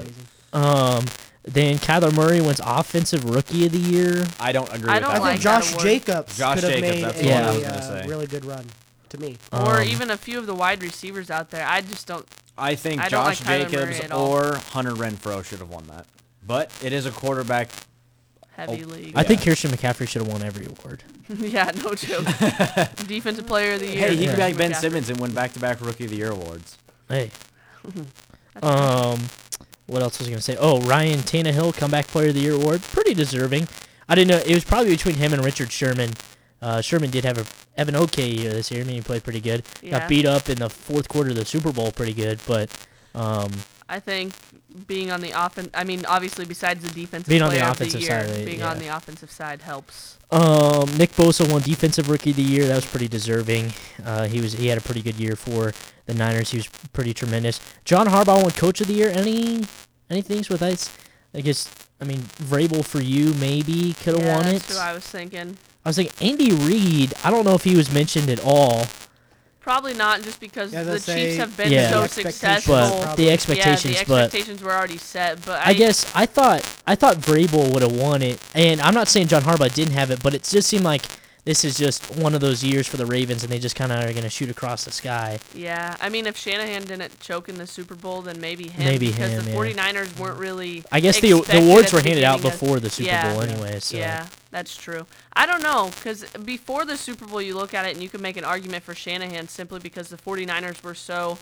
Speaker 6: amazing.
Speaker 2: Um, then Kyler Murray wins Offensive Rookie of the Year.
Speaker 3: I don't agree
Speaker 5: I
Speaker 3: with
Speaker 5: don't
Speaker 6: I think
Speaker 3: that.
Speaker 5: like
Speaker 3: one.
Speaker 5: that
Speaker 6: Josh
Speaker 5: award.
Speaker 6: Jacobs
Speaker 3: Josh
Speaker 6: could have
Speaker 3: Jacobs,
Speaker 6: made
Speaker 3: that's
Speaker 6: a
Speaker 2: the one I was
Speaker 6: uh,
Speaker 3: gonna say.
Speaker 6: really good run to me.
Speaker 5: Or
Speaker 2: Um,
Speaker 5: even a few of the wide receivers out there. I just don't.
Speaker 3: I think
Speaker 5: I don't like
Speaker 3: Josh
Speaker 5: Kyler Murray
Speaker 3: Jacobs
Speaker 5: at all.
Speaker 3: or Hunter Renfro should have won that. But it is a quarterback.
Speaker 5: Heavy
Speaker 3: Oh,
Speaker 5: league.
Speaker 2: I think Christian McCaffrey should have won every award.
Speaker 5: yeah, no joke. Defensive Player of the Year.
Speaker 3: Hey, he could be
Speaker 5: Yeah.
Speaker 3: like Ben
Speaker 5: McCaffrey.
Speaker 3: Simmons and win back-to-back Rookie of the Year awards.
Speaker 2: Hey. um, what else was I gonna say? Oh, Ryan Tannehill, comeback player of the year award, pretty deserving. I didn't know it was probably between him and Richard Sherman. Uh, Sherman did have a have an okay year this year. I mean, he played pretty good.
Speaker 5: Yeah.
Speaker 2: Got beat up in the fourth quarter of the Super Bowl, pretty good. But um,
Speaker 5: I think being on the offense. I mean, obviously, besides the defensive
Speaker 2: Being on the
Speaker 5: player
Speaker 2: offensive
Speaker 5: of the year,
Speaker 2: side of it,
Speaker 5: being
Speaker 2: yeah.
Speaker 5: on the offensive side helps.
Speaker 2: um, Nick Bosa won Defensive Rookie of the Year. That was pretty deserving. Uh, he was he had a pretty good year for the Niners. He was pretty tremendous. John Harbaugh won Coach of the Year. Any any things with that? I guess I mean Vrabel for you maybe could have
Speaker 5: yeah,
Speaker 2: won it.
Speaker 5: that's who I was thinking.
Speaker 2: I was like Andy Reid. I don't know if he was mentioned at all,
Speaker 5: Probably not, just because
Speaker 6: Yeah, I was
Speaker 5: the
Speaker 6: gonna
Speaker 5: Chiefs
Speaker 6: say,
Speaker 5: have been
Speaker 2: Yeah.
Speaker 5: so
Speaker 2: the
Speaker 6: expectations
Speaker 5: successful.
Speaker 2: but
Speaker 6: Probably.
Speaker 2: the expectations.
Speaker 5: yeah, the
Speaker 2: but
Speaker 5: expectations were already set. But I,
Speaker 2: I guess I thought I thought Vrabel would have won it, and I'm not saying John Harbaugh didn't have it, but it just seemed like this is just one of those years for the Ravens, and they just kind of are going to shoot across the sky.
Speaker 5: Yeah, I mean, if Shanahan didn't choke in the Super Bowl, then maybe him.
Speaker 2: Maybe
Speaker 5: because
Speaker 2: him,
Speaker 5: the
Speaker 2: yeah.
Speaker 5: 49ers weren't really.
Speaker 2: I guess the
Speaker 5: expected
Speaker 2: the awards
Speaker 5: at the
Speaker 2: were handed out
Speaker 5: beginning of-
Speaker 2: before the Super
Speaker 5: Yeah.
Speaker 2: Bowl anyway, so
Speaker 5: Yeah, that's true. I don't know, because before the Super Bowl, you look at it and you can make an argument for Shanahan simply because the 49ers were so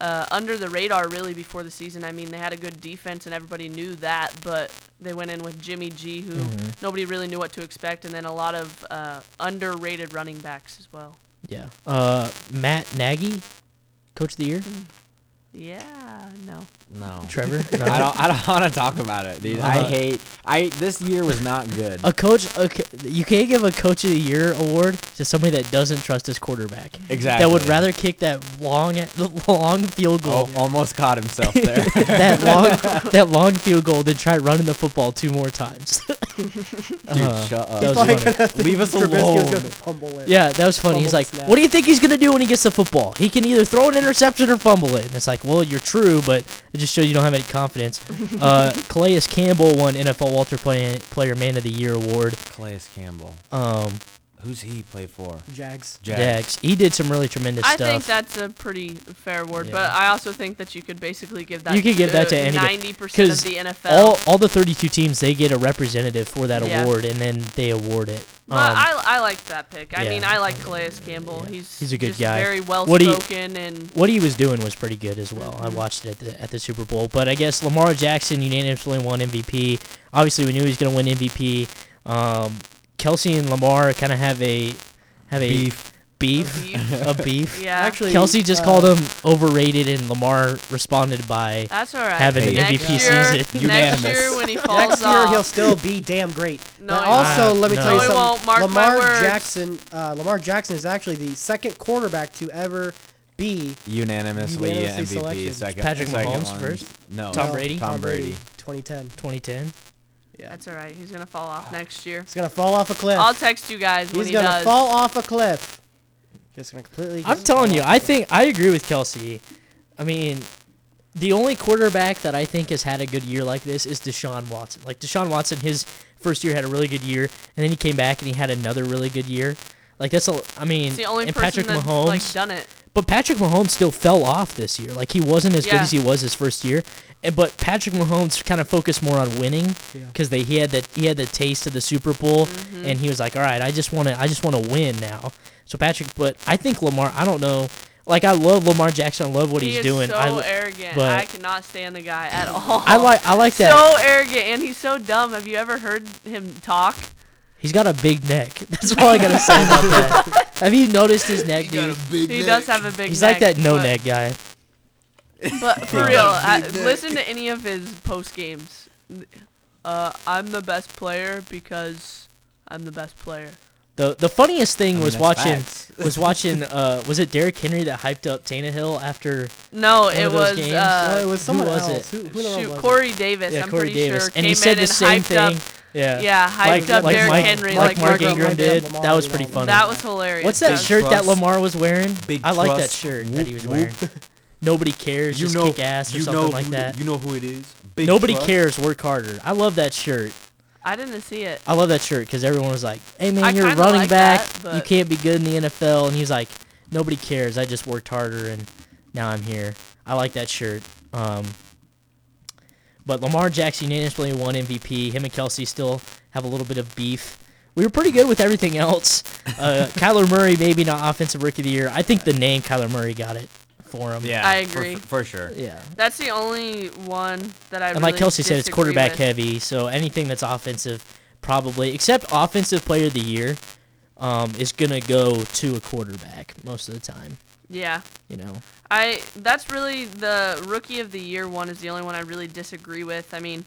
Speaker 5: uh, under the radar, really, before the season. I mean, they had a good defense and everybody knew that, but they went in with Jimmy G, who
Speaker 2: Mm-hmm.
Speaker 5: nobody really knew what to expect, and then a lot of uh, underrated running backs as well.
Speaker 2: yeah. Uh, Matt Nagy, Coach of the Year,
Speaker 5: Yeah, no.
Speaker 3: No.
Speaker 2: Trevor. No.
Speaker 3: I don't. I don't want to talk about it, dude. I
Speaker 2: Uh-huh.
Speaker 3: hate. I this year was not good.
Speaker 2: A coach, a, co- you can't give a coach of the year award to somebody that doesn't trust his quarterback.
Speaker 3: Exactly.
Speaker 2: That would rather kick that long, the long field goal,
Speaker 3: Oh, almost caught
Speaker 2: Uh-huh.
Speaker 3: himself there.
Speaker 2: that long, that long field goal than try running the football two more times.
Speaker 3: Dude, shut up.
Speaker 2: that was
Speaker 6: Probably
Speaker 2: funny.
Speaker 6: gonna think
Speaker 3: Leave us
Speaker 6: Trubisky was
Speaker 3: alone.
Speaker 6: gonna fumble it.
Speaker 2: Yeah, that was funny. He's
Speaker 6: Fumble
Speaker 2: like,
Speaker 6: snap.
Speaker 2: "What do you think he's gonna do when he gets the football? He can either throw an interception or fumble it." And it's like, "Well, you're true, but it just shows you don't have any confidence." Uh, Calais Campbell won NFL Walter Play- Player Man of the Year award.
Speaker 3: Calais Campbell.
Speaker 2: Um,
Speaker 3: Who's he play for?
Speaker 6: Jags.
Speaker 3: Jags.
Speaker 2: Jags. He did some really tremendous
Speaker 5: I
Speaker 2: stuff.
Speaker 5: think that's a pretty fair word,
Speaker 2: Yeah.
Speaker 5: but I also think that you could basically give that.
Speaker 2: You could give that to anybody,
Speaker 5: ninety percent of
Speaker 2: 'cause
Speaker 5: the NFL.
Speaker 2: all all the 32 teams they get a representative for that
Speaker 5: Yeah.
Speaker 2: award, and then they award it.
Speaker 5: Well, I, I liked that pick. I
Speaker 2: Um, yeah.
Speaker 5: mean, I like Calais Campbell. He's
Speaker 2: He's a good
Speaker 5: just
Speaker 2: guy.
Speaker 5: Very well
Speaker 2: What do you-
Speaker 5: spoken and
Speaker 2: what he was doing was pretty good as well. I watched it at the, at the Super Bowl, but I guess Lamar Jackson unanimously won MVP. Obviously, we knew he was going to win MVP. Um, Kelsey and Lamar kind of have a have a
Speaker 3: Beef.
Speaker 2: beef, a beef.
Speaker 5: yeah.
Speaker 6: Actually,
Speaker 2: Kelsey just
Speaker 6: uh,
Speaker 2: called him overrated, and Lamar responded by
Speaker 5: that's all right.
Speaker 2: have an
Speaker 5: next
Speaker 2: MVP
Speaker 5: year,
Speaker 2: season.
Speaker 5: Next
Speaker 3: Unanimous.
Speaker 5: year when he falls
Speaker 6: Next year he'll
Speaker 5: off.
Speaker 6: still be damn great.
Speaker 5: No,
Speaker 6: But
Speaker 5: he won't.
Speaker 6: also, let me
Speaker 2: No.
Speaker 6: tell you
Speaker 2: No, he
Speaker 6: something.
Speaker 5: won't. Mark my
Speaker 6: Lamar
Speaker 5: words.
Speaker 6: Jackson, uh, Lamar Jackson is actually the second quarterback to ever be
Speaker 3: Unanimously
Speaker 6: Unanimously
Speaker 3: MVP.
Speaker 6: selection.
Speaker 3: Second,
Speaker 2: Patrick
Speaker 3: second
Speaker 2: Mahomes
Speaker 3: one.
Speaker 2: first?
Speaker 3: No.
Speaker 2: Tom Brady?
Speaker 3: Tom Brady.
Speaker 6: 2010.
Speaker 2: 2010.
Speaker 5: That's all right. He's gonna fall off next year.
Speaker 6: He's gonna fall off a cliff.
Speaker 5: I'll text you guys when
Speaker 6: He's
Speaker 5: he
Speaker 6: gonna
Speaker 5: does.
Speaker 6: fall off a cliff. Just gonna completely.
Speaker 2: I'm
Speaker 6: just
Speaker 2: telling
Speaker 6: fall
Speaker 2: you,
Speaker 6: off.
Speaker 2: I think I agree with Kelsey. I mean, the only quarterback that I think has had a good year like this is Deshaun Watson. Like Deshaun Watson, his first year had a really good year, and then he came back and he had another really good year. Like that's a, I mean,
Speaker 5: He's the only
Speaker 2: and
Speaker 5: person
Speaker 2: Patrick
Speaker 5: that's
Speaker 2: Mahomes,
Speaker 5: like done it.
Speaker 2: but Patrick Mahomes still fell off this year. Like he wasn't as good
Speaker 5: Yeah.
Speaker 2: as he was his first year. And, but Patrick Mahomes kind of focused more on winning
Speaker 6: Yeah.
Speaker 2: because they he had that he had the taste of the Super Bowl,
Speaker 5: Mm-hmm.
Speaker 2: and he was like, "All right, I just want to I just want to win now." So Patrick, but I think Lamar. I don't know. Like I love Lamar Jackson. I love what
Speaker 5: He
Speaker 2: he's
Speaker 5: is
Speaker 2: doing.
Speaker 5: so
Speaker 2: I,
Speaker 5: arrogant.
Speaker 2: but-
Speaker 5: I cannot stand the guy at all.
Speaker 2: I like I like that.
Speaker 5: So arrogant and he's so dumb. Have you ever heard him talk?
Speaker 2: he's got a big neck. That's all I gotta say about that. Have you noticed his neck, dude?
Speaker 5: He does have a big.
Speaker 2: He's like
Speaker 5: neck,
Speaker 2: that no
Speaker 5: but-
Speaker 2: neck guy.
Speaker 5: But for real, I, listen to any of his post games. Uh, I'm the best player because I'm the best player.
Speaker 2: The the funniest thing was
Speaker 3: that's
Speaker 2: watching
Speaker 3: facts.
Speaker 2: was watching uh was it Derrick Henry that hyped up Tannehill after
Speaker 5: No,
Speaker 2: of
Speaker 5: it
Speaker 2: those
Speaker 5: was
Speaker 2: games?
Speaker 6: Oh, it
Speaker 5: uh,
Speaker 6: was someone
Speaker 2: was
Speaker 6: else. Who, who the hell
Speaker 5: shoot
Speaker 6: was it?
Speaker 5: Corey Davis.
Speaker 2: yeah
Speaker 5: I'm
Speaker 2: Corey
Speaker 5: pretty
Speaker 2: Davis
Speaker 5: sure
Speaker 2: and he
Speaker 5: came
Speaker 2: said
Speaker 5: in
Speaker 2: the
Speaker 5: and
Speaker 2: same
Speaker 5: hyped
Speaker 2: thing
Speaker 5: up.
Speaker 2: yeah
Speaker 5: Yeah, hyped
Speaker 2: like,
Speaker 5: up
Speaker 2: like
Speaker 5: Derrick
Speaker 2: Mike,
Speaker 5: Henry
Speaker 2: like,
Speaker 5: like
Speaker 2: Mark
Speaker 5: Mark
Speaker 2: Ingram
Speaker 5: Ingram.
Speaker 2: did
Speaker 6: Lamar
Speaker 2: that was
Speaker 6: did
Speaker 2: pretty
Speaker 6: all that.
Speaker 2: funny
Speaker 5: That was hilarious.
Speaker 2: what's that
Speaker 5: That's-
Speaker 2: shirt that
Speaker 3: trust.
Speaker 2: Lamar was wearing
Speaker 3: Big
Speaker 2: I like that
Speaker 3: trust.
Speaker 2: shirt that
Speaker 3: Whoop,
Speaker 2: he was
Speaker 3: whoop.
Speaker 2: wearing nobody cares just kick ass or something like
Speaker 3: who-
Speaker 2: that
Speaker 3: You know who it is. Big
Speaker 2: nobody
Speaker 3: trust.
Speaker 2: cares work harder I love that shirt
Speaker 5: I didn't see it.
Speaker 2: I love that shirt because everyone was like hey man
Speaker 5: I
Speaker 2: you're a
Speaker 5: kinda
Speaker 2: running
Speaker 5: like
Speaker 2: back
Speaker 5: that,
Speaker 2: you
Speaker 5: but-
Speaker 2: can't be good in the NFL and he's like nobody cares I just worked harder and now I'm here I like that shirt um But Lamar Jackson unanimously won MVP. Him and Kelsey still have a little bit of beef. We were pretty good with everything else. Uh, Kyler Murray, maybe not offensive rookie of the year. I think the name Kyler Murray got it for him.
Speaker 3: Yeah,
Speaker 5: I
Speaker 3: for-
Speaker 5: agree.
Speaker 3: For, sure.
Speaker 2: Yeah.
Speaker 5: That's the only one that I.
Speaker 2: And
Speaker 5: really
Speaker 2: like Kelsey Uh, said, it's
Speaker 5: disagree
Speaker 2: quarterback
Speaker 5: with.
Speaker 2: heavy, so anything that's offensive, probably, except offensive player of the year, um, is going to go to a quarterback most of the time.
Speaker 5: Yeah,
Speaker 2: You know,
Speaker 5: I that's really the rookie of the year one is the only one I really disagree with. I mean,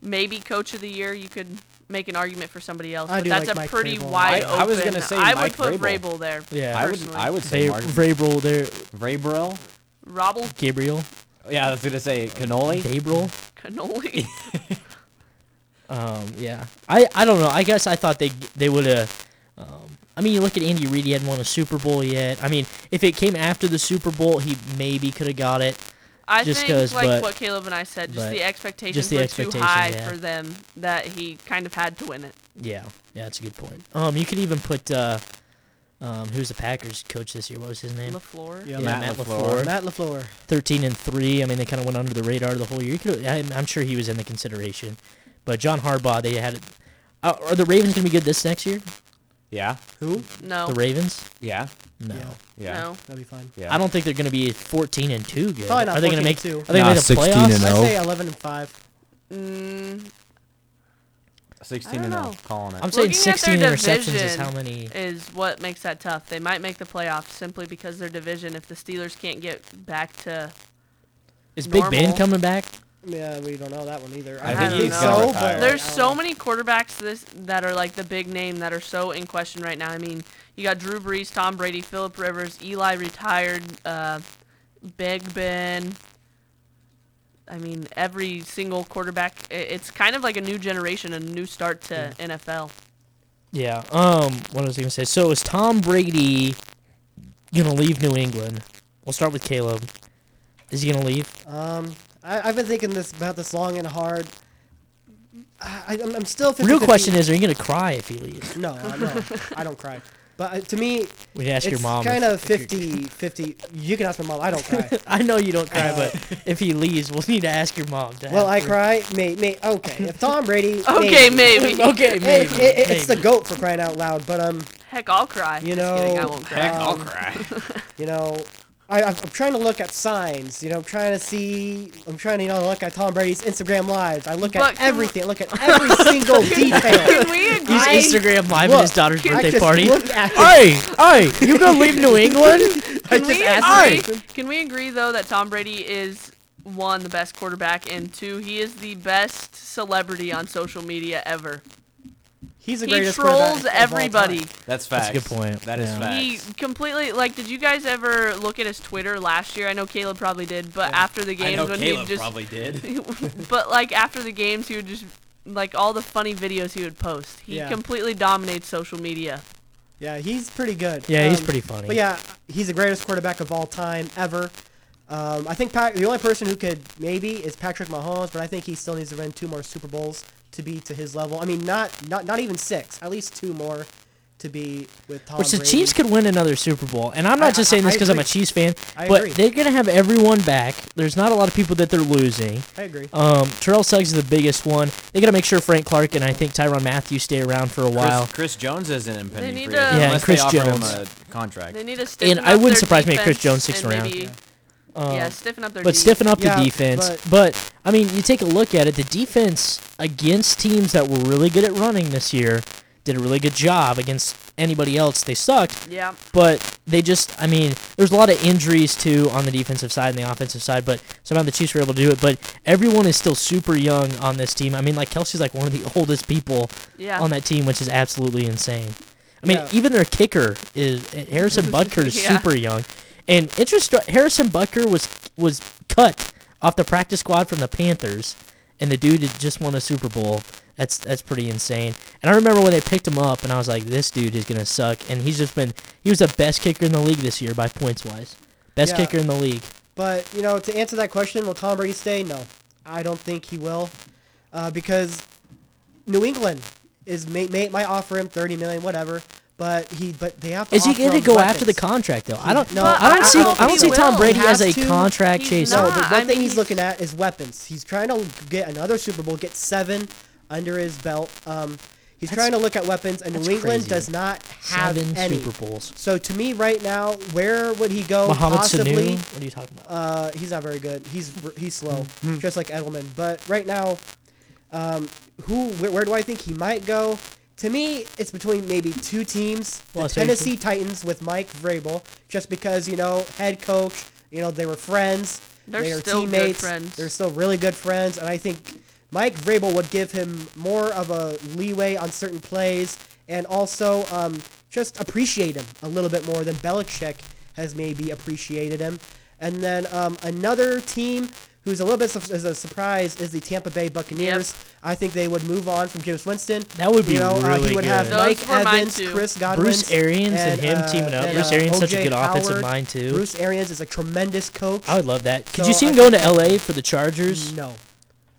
Speaker 5: maybe coach of the year you could make an argument for somebody else,
Speaker 6: I
Speaker 5: but
Speaker 6: do
Speaker 5: that's
Speaker 6: like
Speaker 5: a
Speaker 6: Mike
Speaker 5: pretty
Speaker 6: Vrabel.
Speaker 5: wide
Speaker 3: I-
Speaker 5: open.
Speaker 3: I was gonna say
Speaker 5: I
Speaker 3: Mike
Speaker 5: would put
Speaker 3: Vrabel.
Speaker 5: Rabel there.
Speaker 2: Yeah.
Speaker 5: Yeah,
Speaker 2: I
Speaker 3: I would, I would say
Speaker 2: Vra-
Speaker 3: Mark
Speaker 2: Vrabel there,
Speaker 3: Vrabel.
Speaker 5: Robble
Speaker 2: Gabriel,
Speaker 3: Yeah, I was gonna say cannoli.
Speaker 2: Gabriel.
Speaker 5: cannoli.
Speaker 2: Um, yeah, I, I don't know. I guess I thought they they would have. Um, I mean, you look at Andy Reid; he hadn't won a Super Bowl yet. I mean, if it came after the Super Bowl, he maybe could have got it.
Speaker 5: I
Speaker 2: Just
Speaker 5: think
Speaker 2: 'cause,
Speaker 5: like
Speaker 2: but-
Speaker 5: what Caleb and I said, just
Speaker 2: but-
Speaker 5: the expectations
Speaker 2: just the
Speaker 5: were too
Speaker 2: expectations,
Speaker 5: high
Speaker 2: yeah.
Speaker 5: for them that he kind of had to win it.
Speaker 2: Yeah, yeah, that's a good point. Um, you could even put uh, um, who's the Packers coach this year? What was his name?
Speaker 5: Lafleur.
Speaker 6: Yeah,
Speaker 2: yeah,
Speaker 6: Matt,
Speaker 2: Matt
Speaker 3: LaFleur.
Speaker 2: LaFleur.
Speaker 6: Matt Lafleur.
Speaker 2: Thirteen and three. I mean, they kind of went under the radar the whole year. You could, I'm, I'm sure he was in the consideration. But John Harbaugh, they had. Uh, are the Ravens gonna be good this next year?
Speaker 3: Yeah,
Speaker 6: Who?
Speaker 5: No,
Speaker 2: The Ravens?
Speaker 3: yeah,
Speaker 2: No.
Speaker 6: Yeah,
Speaker 3: yeah.
Speaker 5: no.
Speaker 6: that'd be fine.
Speaker 3: yeah.
Speaker 2: I don't think they're going to be 14 and 2 good.
Speaker 6: Probably not
Speaker 2: are they
Speaker 6: 14
Speaker 2: going to
Speaker 6: and
Speaker 2: make
Speaker 6: two.
Speaker 2: Are they
Speaker 3: Nah,
Speaker 2: going to make the
Speaker 3: 16
Speaker 2: playoffs?
Speaker 3: and oh.
Speaker 6: I
Speaker 3: No.
Speaker 6: say eleven and five.
Speaker 5: Mm,
Speaker 3: Sixteen
Speaker 5: I
Speaker 3: and
Speaker 5: don't
Speaker 3: oh,
Speaker 5: know.
Speaker 3: calling it.
Speaker 2: I'm saying
Speaker 5: Looking at their
Speaker 2: 16 interceptions is
Speaker 5: division,
Speaker 2: how many
Speaker 5: is what makes that tough. They might make the playoffs simply because their division. If the Steelers can't get back to,
Speaker 2: Is Big Ben
Speaker 5: normal.
Speaker 2: coming back?
Speaker 6: Yeah, we don't know that one either.
Speaker 3: I
Speaker 5: think he's
Speaker 6: so,
Speaker 5: gonna
Speaker 3: retire.
Speaker 6: but
Speaker 5: there's
Speaker 6: I don't
Speaker 5: so
Speaker 6: know.
Speaker 5: many quarterbacks this that are like the big name that are so in question right now. I mean, you got Drew Brees, Tom Brady, Philip Rivers, Eli retired, uh, Big Ben. I mean, every single quarterback. i- It's kind of like a new generation, a new start to NFL.
Speaker 2: Yeah. Um. What was I gonna say? So is Tom Brady gonna leave New England? We'll start with Caleb. Is he gonna leave?
Speaker 6: Um, I, I've been thinking this about this long and hard. I, I'm, I'm still. 50,
Speaker 2: Real question is, are you gonna cry if he leaves?
Speaker 6: No, I- no, I don't cry. But uh, to me,
Speaker 2: We can ask
Speaker 6: it's
Speaker 2: your mom.
Speaker 6: kind
Speaker 2: if-
Speaker 6: of 50 50. You can ask my mom. I don't cry.
Speaker 2: I know you don't cry, but if he leaves, we'll need to ask your mom. Dad.
Speaker 6: Will I cry? May, may, okay. If Tom Brady.
Speaker 5: Okay, maybe.
Speaker 2: okay,
Speaker 6: It-
Speaker 2: maybe.
Speaker 6: it- it- it's the
Speaker 2: maybe.
Speaker 6: goat for crying out loud, but um,
Speaker 5: Heck, I'll cry.
Speaker 6: You
Speaker 5: Just kidding, I
Speaker 6: know,
Speaker 5: won't cry.
Speaker 3: Heck, I'll
Speaker 6: Um,
Speaker 3: cry.
Speaker 6: you know, I, I'm I'm trying to look at signs. You know, I'm trying to see. I'm trying to you know look at Tom Brady's Instagram lives. I look
Speaker 5: But
Speaker 6: at
Speaker 5: can-
Speaker 6: everything. I look at every single detail.
Speaker 5: Can we agree?
Speaker 2: He's Instagram live at his
Speaker 6: Look,
Speaker 2: daughter's
Speaker 6: I
Speaker 2: birthday
Speaker 6: just
Speaker 2: party.
Speaker 6: Look at it.
Speaker 2: Hey, hey, you gonna leave New England?
Speaker 5: Can we
Speaker 2: asked
Speaker 5: agree? Can we agree though that Tom Brady is one the best quarterback and two he is the best celebrity on social media ever.
Speaker 6: He's the
Speaker 5: He
Speaker 6: greatest quarterback
Speaker 5: trolls
Speaker 6: of all time.
Speaker 5: everybody.
Speaker 3: That's facts.
Speaker 2: a good point,
Speaker 3: That is
Speaker 2: yeah.
Speaker 5: He
Speaker 3: facts.
Speaker 5: completely like. Did you guys ever look at his Twitter last year? I know Caleb probably did, but after the
Speaker 3: I
Speaker 5: games
Speaker 3: know
Speaker 5: when
Speaker 3: Caleb
Speaker 5: he just,
Speaker 3: probably did.
Speaker 5: but like after the games he would just like all the funny videos he would post. He
Speaker 6: Yeah.
Speaker 5: completely dominates social media.
Speaker 6: Yeah, he's pretty good.
Speaker 2: Yeah, he's
Speaker 6: Um,
Speaker 2: pretty funny.
Speaker 6: But yeah, he's the greatest quarterback of all time ever. Um, I think Pat, the only person who could maybe is Patrick Mahomes, but I think he still needs to win two more Super Bowls to be to his level. I mean, not not not even six, at least two more to be with Tom.
Speaker 2: Which the
Speaker 6: Brady.
Speaker 2: Chiefs could win another Super Bowl, and I'm not
Speaker 6: I-
Speaker 2: just saying
Speaker 6: I-
Speaker 2: this
Speaker 6: I
Speaker 2: because I'm a
Speaker 6: agree.
Speaker 2: Chiefs fan,
Speaker 6: I
Speaker 2: but
Speaker 6: agree.
Speaker 2: they're gonna have everyone back. There's not a lot of people that they're losing.
Speaker 6: I agree.
Speaker 2: Um, Terrell Suggs is the biggest one. They gotta make sure Frank Clark and I think Tyron Matthew stay around for a while.
Speaker 3: Chris, Chris Jones isn't impending
Speaker 5: need
Speaker 3: free
Speaker 5: to-
Speaker 3: agent,
Speaker 5: Yeah,
Speaker 3: unless
Speaker 2: Chris
Speaker 3: they offer him
Speaker 2: Jones.
Speaker 3: a contract.
Speaker 5: They need to
Speaker 2: And
Speaker 5: stiffen up
Speaker 2: I wouldn't
Speaker 5: their
Speaker 2: surprise me if Chris
Speaker 5: defense
Speaker 2: Jones sixth
Speaker 5: and
Speaker 2: round.
Speaker 5: maybe-
Speaker 2: Um,
Speaker 5: yeah, stiffen up their.
Speaker 2: but
Speaker 5: D.
Speaker 2: stiffen up
Speaker 6: Yeah,
Speaker 2: the defense. But,
Speaker 6: but-
Speaker 2: I mean, you take a look at it. The defense against teams that were really good at running this year did a really good job. Against anybody else, they sucked.
Speaker 5: Yeah.
Speaker 2: But they just, I mean, there's a lot of injuries too on the defensive side and the offensive side. But somehow the Chiefs were able to do it. But everyone is still super young on this team. I mean, like Kelsey's like one of the oldest people
Speaker 5: Yeah.
Speaker 2: on that team, which is absolutely insane. I mean,
Speaker 6: Yeah.
Speaker 2: even their kicker is Harrison Butker is
Speaker 5: Yeah.
Speaker 2: super young, and interest Harrison Butker was was cut off the practice squad from the Panthers, and the dude had just won a Super Bowl. That's that's pretty insane. And I remember when they picked him up, and I was like, this dude is gonna suck. And he's just been he was the best kicker in the league this year by points wise, best
Speaker 6: Yeah.
Speaker 2: kicker in the league.
Speaker 6: But you know, to answer that question, will Tom Brady stay? No, I don't think he will, uh, because New England is may, may might offer him thirty million, whatever. But he, but they have to.
Speaker 2: Is he
Speaker 6: offer
Speaker 2: gonna
Speaker 6: him
Speaker 2: go
Speaker 6: weapons.
Speaker 2: after the contract though? I don't
Speaker 6: No,
Speaker 2: know.
Speaker 6: But
Speaker 2: I don't
Speaker 6: I
Speaker 2: see
Speaker 6: don't
Speaker 2: I don't
Speaker 6: think
Speaker 2: see
Speaker 6: he
Speaker 2: Tom
Speaker 6: will.
Speaker 2: Brady
Speaker 6: He
Speaker 2: as a
Speaker 6: has to.
Speaker 2: contract
Speaker 5: He's
Speaker 2: chaser.
Speaker 6: No,
Speaker 5: not.
Speaker 6: the
Speaker 5: Nah,
Speaker 6: one
Speaker 5: I
Speaker 6: thing
Speaker 5: mean,
Speaker 6: he's looking at is weapons. He's trying to get another Super Bowl, get seven under his belt. Um, he's
Speaker 2: That's-
Speaker 6: trying to look at weapons, and New
Speaker 2: that's
Speaker 6: England
Speaker 2: crazy.
Speaker 6: does not have
Speaker 2: Seven
Speaker 6: any.
Speaker 2: Super Bowls.
Speaker 6: So to me, right now, where would he go?
Speaker 2: Mohamed
Speaker 6: possibly.
Speaker 2: Sanu. What are you talking about?
Speaker 6: Uh, he's not very good. He's he's slow, just like Edelman. But right now, um, who where, where do I think he might go? To me, it's between maybe two teams: the
Speaker 2: Los Angeles.
Speaker 6: Tennessee Titans with Mike Vrabel, just because you know head coach. You know they were friends.
Speaker 5: They're
Speaker 6: they are
Speaker 5: still good
Speaker 6: teammates.
Speaker 5: friends.
Speaker 6: They're still really good friends, and I think Mike Vrabel would give him more of a leeway on certain plays, and also um, just appreciate him a little bit more than Belichick has maybe appreciated him. And then um, another team who's a little bit su- is a surprise is the Tampa Bay Buccaneers. I think they would move on from James Winston.
Speaker 2: That would be
Speaker 6: you know, uh,
Speaker 2: really
Speaker 6: he would have
Speaker 2: good.
Speaker 6: Mike
Speaker 5: Those were mine
Speaker 6: Evans,
Speaker 5: too.
Speaker 6: Chris Godwin,
Speaker 2: Bruce Arians and, him
Speaker 6: uh,
Speaker 2: teaming up.
Speaker 6: and,
Speaker 2: Bruce
Speaker 6: uh,
Speaker 2: Arians such a
Speaker 6: O.J.
Speaker 2: good offensive
Speaker 6: Howard.
Speaker 2: mind too.
Speaker 6: Bruce Arians is a tremendous coach.
Speaker 2: I would love that. Could
Speaker 6: So
Speaker 2: you see him
Speaker 6: I
Speaker 2: going to L.A. for the Chargers?
Speaker 6: No,